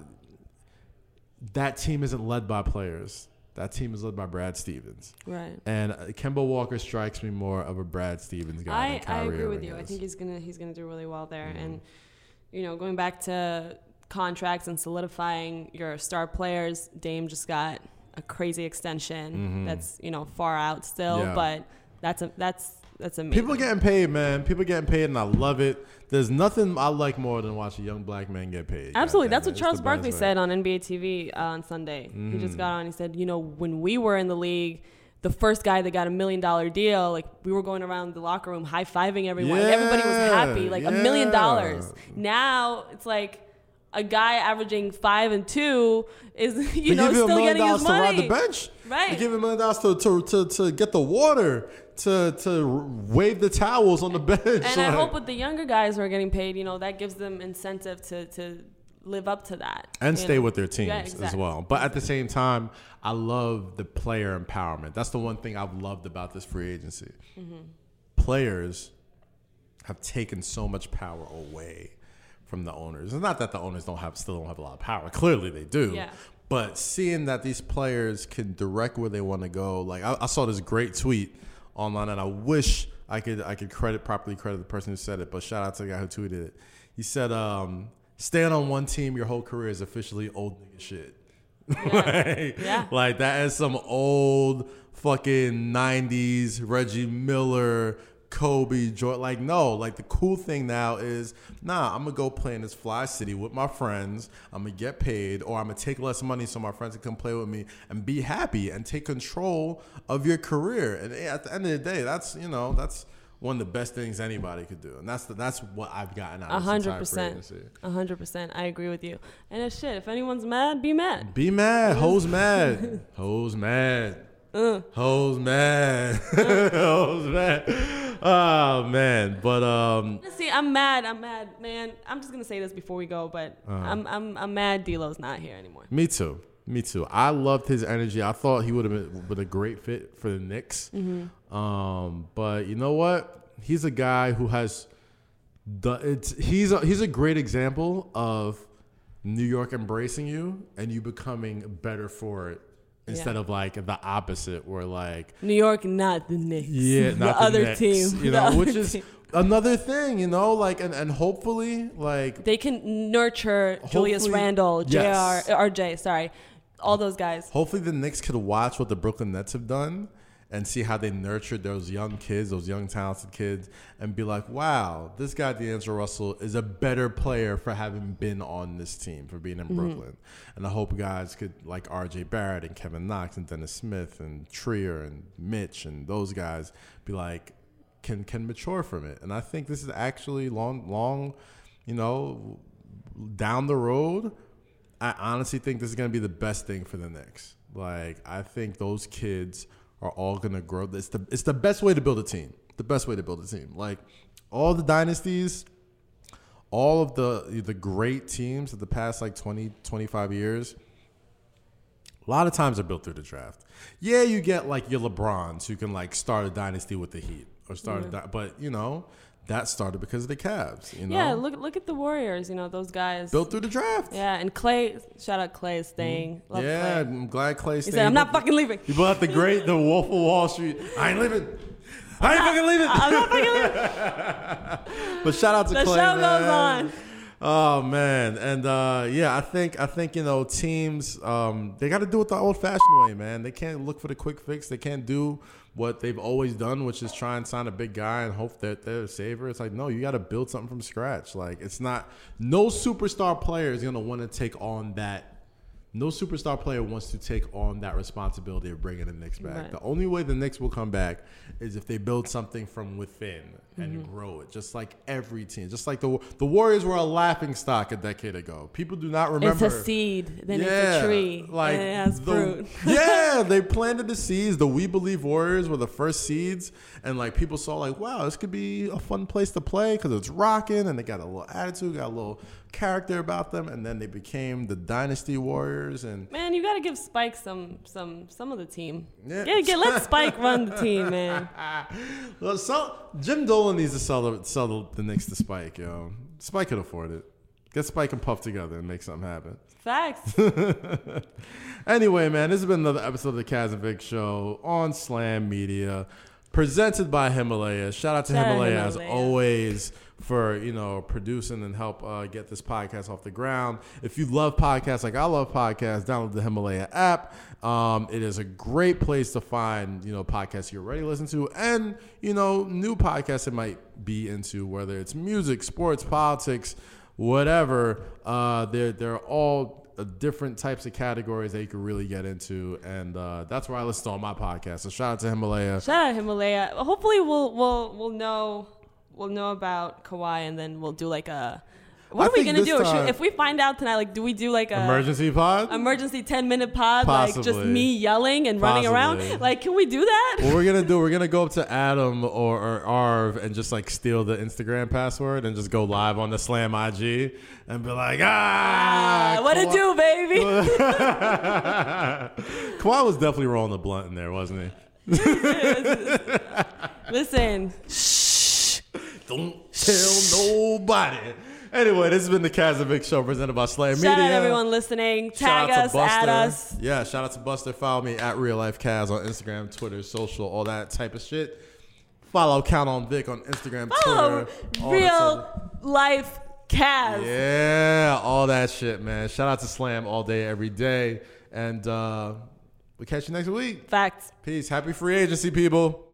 Speaker 1: that team isn't led by players. That team is led by Brad Stevens.
Speaker 2: Right.
Speaker 1: And uh, Kemba Walker strikes me more of a Brad Stevens guy.
Speaker 2: I,
Speaker 1: than
Speaker 2: I
Speaker 1: Kyrie
Speaker 2: agree with
Speaker 1: Irving
Speaker 2: you. I
Speaker 1: is. Mm-hmm.
Speaker 2: think he's gonna he's gonna do really well there. And you know, going back to contracts and solidifying your star players, Dame just got a crazy extension that's you know far out still,
Speaker 1: Mm-hmm. Yeah.
Speaker 2: but that's a that's that's amazing.
Speaker 1: people getting paid, man. People getting paid, and I love it. There's nothing I like more than watching young black men get paid.
Speaker 2: Absolutely,
Speaker 1: Goddamn
Speaker 2: that's
Speaker 1: it.
Speaker 2: what
Speaker 1: It's
Speaker 2: Charles
Speaker 1: the Mm. best
Speaker 2: Barkley
Speaker 1: way.
Speaker 2: said on NBA TV uh, on Sunday. He just got on. He said, you know, when we were in the league. The first guy that got a million dollar deal, like we were going around the locker room high fiving everyone. Everybody was
Speaker 1: Yeah,
Speaker 2: happy, like a million
Speaker 1: yeah.
Speaker 2: dollars. Now it's like a guy averaging five and two is you
Speaker 1: They
Speaker 2: know
Speaker 1: give you a
Speaker 2: still
Speaker 1: million
Speaker 2: getting
Speaker 1: dollars
Speaker 2: his
Speaker 1: to ride
Speaker 2: money.
Speaker 1: the bench.
Speaker 2: Right.
Speaker 1: They give you a million dollars to, to, to, to get the water, to to wave the towels on the bench.
Speaker 2: And I
Speaker 1: Like-
Speaker 2: hope with the younger guys who are getting paid, you know, that gives them incentive to to live up to that
Speaker 1: and
Speaker 2: you
Speaker 1: stay
Speaker 2: know?
Speaker 1: with their teams
Speaker 2: Yeah,
Speaker 1: as
Speaker 2: exactly.
Speaker 1: well. But at the same time, I love the player empowerment. That's the one thing I've loved about this free agency.
Speaker 2: Mm-hmm.
Speaker 1: Players have taken so much power away from the owners. It's not that the owners don't have still don't have a lot of power. Clearly they do.
Speaker 2: Yeah.
Speaker 1: But seeing that these players can direct where they want to go, like I, I saw this great tweet online, and I wish I could I could credit properly credit the person who said it. But shout out to the guy who tweeted it. He said, um, "Staying on one team your whole career is officially old nigga shit." like,
Speaker 2: Yeah.
Speaker 1: like, that is some old fucking '90s Reggie Miller, Kobe, Jordan. Like no, like the cool thing now is nah. I'm gonna go play in this fly city with my friends. I'm gonna get paid, or I'm gonna take less money so my friends can come play with me and be happy and take control of your career. And eh, at the end of the day, that's you know that's one of the best things anybody could do, and that's the, that's what I've gotten out
Speaker 2: A
Speaker 1: of this
Speaker 2: hundred
Speaker 1: entire
Speaker 2: percent.
Speaker 1: pregnancy.
Speaker 2: A hundred percent. I agree with you. And if shit, if anyone's mad, be mad.
Speaker 1: Be mad, hoes mad, hoes mad, hoes mad, hoes mad. Oh man, but um,
Speaker 2: See, I'm mad. I'm mad, man. I'm just gonna say this before we go, but
Speaker 1: Uh-huh.
Speaker 2: I'm I'm I'm mad. D'Lo's not here anymore.
Speaker 1: Me too. Me too. I loved his energy. I thought he would have been, been a great fit for the Knicks. Um, but you know what? He's a guy who has the it's he's a, he's a great example of New York embracing you and you becoming better for it instead of like the opposite where like
Speaker 2: New York, not the Knicks.
Speaker 1: yeah,
Speaker 2: the
Speaker 1: not
Speaker 2: other
Speaker 1: Knicks,
Speaker 2: team.
Speaker 1: you
Speaker 2: The
Speaker 1: know,
Speaker 2: other
Speaker 1: which is
Speaker 2: team.
Speaker 1: another thing, you know, like and and hopefully like
Speaker 2: they can nurture Julius
Speaker 1: Hopefully-
Speaker 2: Randle,
Speaker 1: Yes.
Speaker 2: Jr. or J. Sorry, all those guys.
Speaker 1: Hopefully, the Knicks could watch what the Brooklyn Nets have done and see how they nurtured those young kids, those young talented kids, and be like, wow, this guy D'Angelo Russell is a better player for having been on this team, for being in Brooklyn. And I hope guys could like R.J. Barrett and Kevin Knox and Dennis Smith and Trier and Mitch and those guys be like, can can mature from it. And I think this is actually long long, you know, down the road. I honestly think this is going to be the best thing for the Knicks. Like I think those kids are all going to grow. It's the it's the best way to build a team. The best way to build a team. Like all the dynasties, all of the the great teams of the past like 20 25 years a lot of times are built through the draft. Yeah, you get like your LeBrons who can like start a dynasty with the Heat or start a di- but you know, that started because of the Cavs, you know.
Speaker 2: Yeah, look look at the Warriors. You know those guys.
Speaker 1: built through the draft.
Speaker 2: yeah, and Clay. Shout out Clay is staying. Love
Speaker 1: Mm. Yeah,
Speaker 2: Clay.
Speaker 1: I'm glad Clay
Speaker 2: He
Speaker 1: stayed.
Speaker 2: said, "I'm not fucking leaving."
Speaker 1: You bought the great the Wolf of Wall Street. I ain't leaving. I ain't fucking leaving.
Speaker 2: I'm not fucking leaving.
Speaker 1: But shout out to
Speaker 2: The
Speaker 1: Clay.
Speaker 2: show goes
Speaker 1: man.
Speaker 2: on.
Speaker 1: Oh man, and uh, yeah, I think I think you know teams um, they got to do it the old-fashioned way, man. They can't look for the quick fix. They can't do what they've always done, which is try and sign a big guy and hope that they're a saver. It's like no, you got to build something from scratch. Like it's not no superstar player is gonna want to take on that. No superstar player wants to take on that responsibility of bringing the Knicks back.
Speaker 2: Right.
Speaker 1: The only way the Knicks will come back is if they build something from within and
Speaker 2: Mm-hmm.
Speaker 1: grow it, just like every team. Just like the the Warriors were a laughing stock a decade ago. People do not remember.
Speaker 2: It's a seed, then it's a tree,
Speaker 1: Like
Speaker 2: and it has
Speaker 1: the-
Speaker 2: fruit.
Speaker 1: yeah, they planted the seeds. The We Believe Warriors were the first seeds, and like people saw, like, wow, this could be a fun place to play because it's rocking, and they got a little attitude, got a little character about them, and then they became the Dynasty Warriors, and
Speaker 2: Man, you gotta give Spike some some some of the team.
Speaker 1: Yeah.
Speaker 2: Yeah, get, let Spike run the team, man.
Speaker 1: Well, sell, Jim Dolan needs to sell the, sell the, the Knicks to Spike, yo. Spike could afford it. Get Spike and Puff together and make something happen.
Speaker 2: Facts.
Speaker 1: Anyway, man, this has been another episode of the Kaz and Vic Show on Slam Media, presented by Himalaya. Shout out to
Speaker 2: Shout out
Speaker 1: Himalaya, as
Speaker 2: Himalaya.
Speaker 1: always for you know producing and help uh, get this podcast off the ground. If you love podcasts like I love podcasts, download the Himalaya app. Um, it is a great place to find you know podcasts you already listen to and you know new podcasts it might be into, whether it's music, sports, politics whatever. Uh, they're they're all uh, different types of categories that you can really get into, and uh, that's where I listen to all my podcasts. So shout out to Himalaya.
Speaker 2: Shout out Himalaya. Hopefully, we'll we'll we'll know we'll know about Kawhi, and then we'll do like a.
Speaker 1: I
Speaker 2: What are we
Speaker 1: think
Speaker 2: gonna
Speaker 1: this
Speaker 2: do? Should-
Speaker 1: time-
Speaker 2: if we find out tonight, like, do we do like a
Speaker 1: Emergency pod.
Speaker 2: emergency ten minute pod, like just
Speaker 1: Possibly.
Speaker 2: me yelling and running
Speaker 1: Possibly.
Speaker 2: around? Like, can we do that?
Speaker 1: what we're gonna do? We're gonna go up to Adam or, or Arv and just like steal the Instagram password and just go live on the Slam IG and be like, ah,
Speaker 2: Uh, what it
Speaker 1: Kawhi-
Speaker 2: do, baby?
Speaker 1: Kawhi was definitely rolling the blunt in there, wasn't he?
Speaker 2: Listen, shh.
Speaker 1: Don't tell nobody. Anyway, this has been the Kazovic Show presented by Slam
Speaker 2: Shout
Speaker 1: Media.
Speaker 2: out everyone listening.
Speaker 1: Shout
Speaker 2: Tag
Speaker 1: out
Speaker 2: us,
Speaker 1: to
Speaker 2: at
Speaker 1: Buster.
Speaker 2: us.
Speaker 1: Yeah, shout out to Buster. Follow me at Real Life Kaz on Instagram, Twitter, social, all that type of shit. Follow Count on Vic on Instagram, Twitter. all
Speaker 2: Oh,
Speaker 1: that type
Speaker 2: real life Cavs.
Speaker 1: of- Yeah, all that shit, man. Shout out to Slam all day, every day. And uh, we'll catch you next week.
Speaker 2: Facts.
Speaker 1: Peace. Happy free agency, people.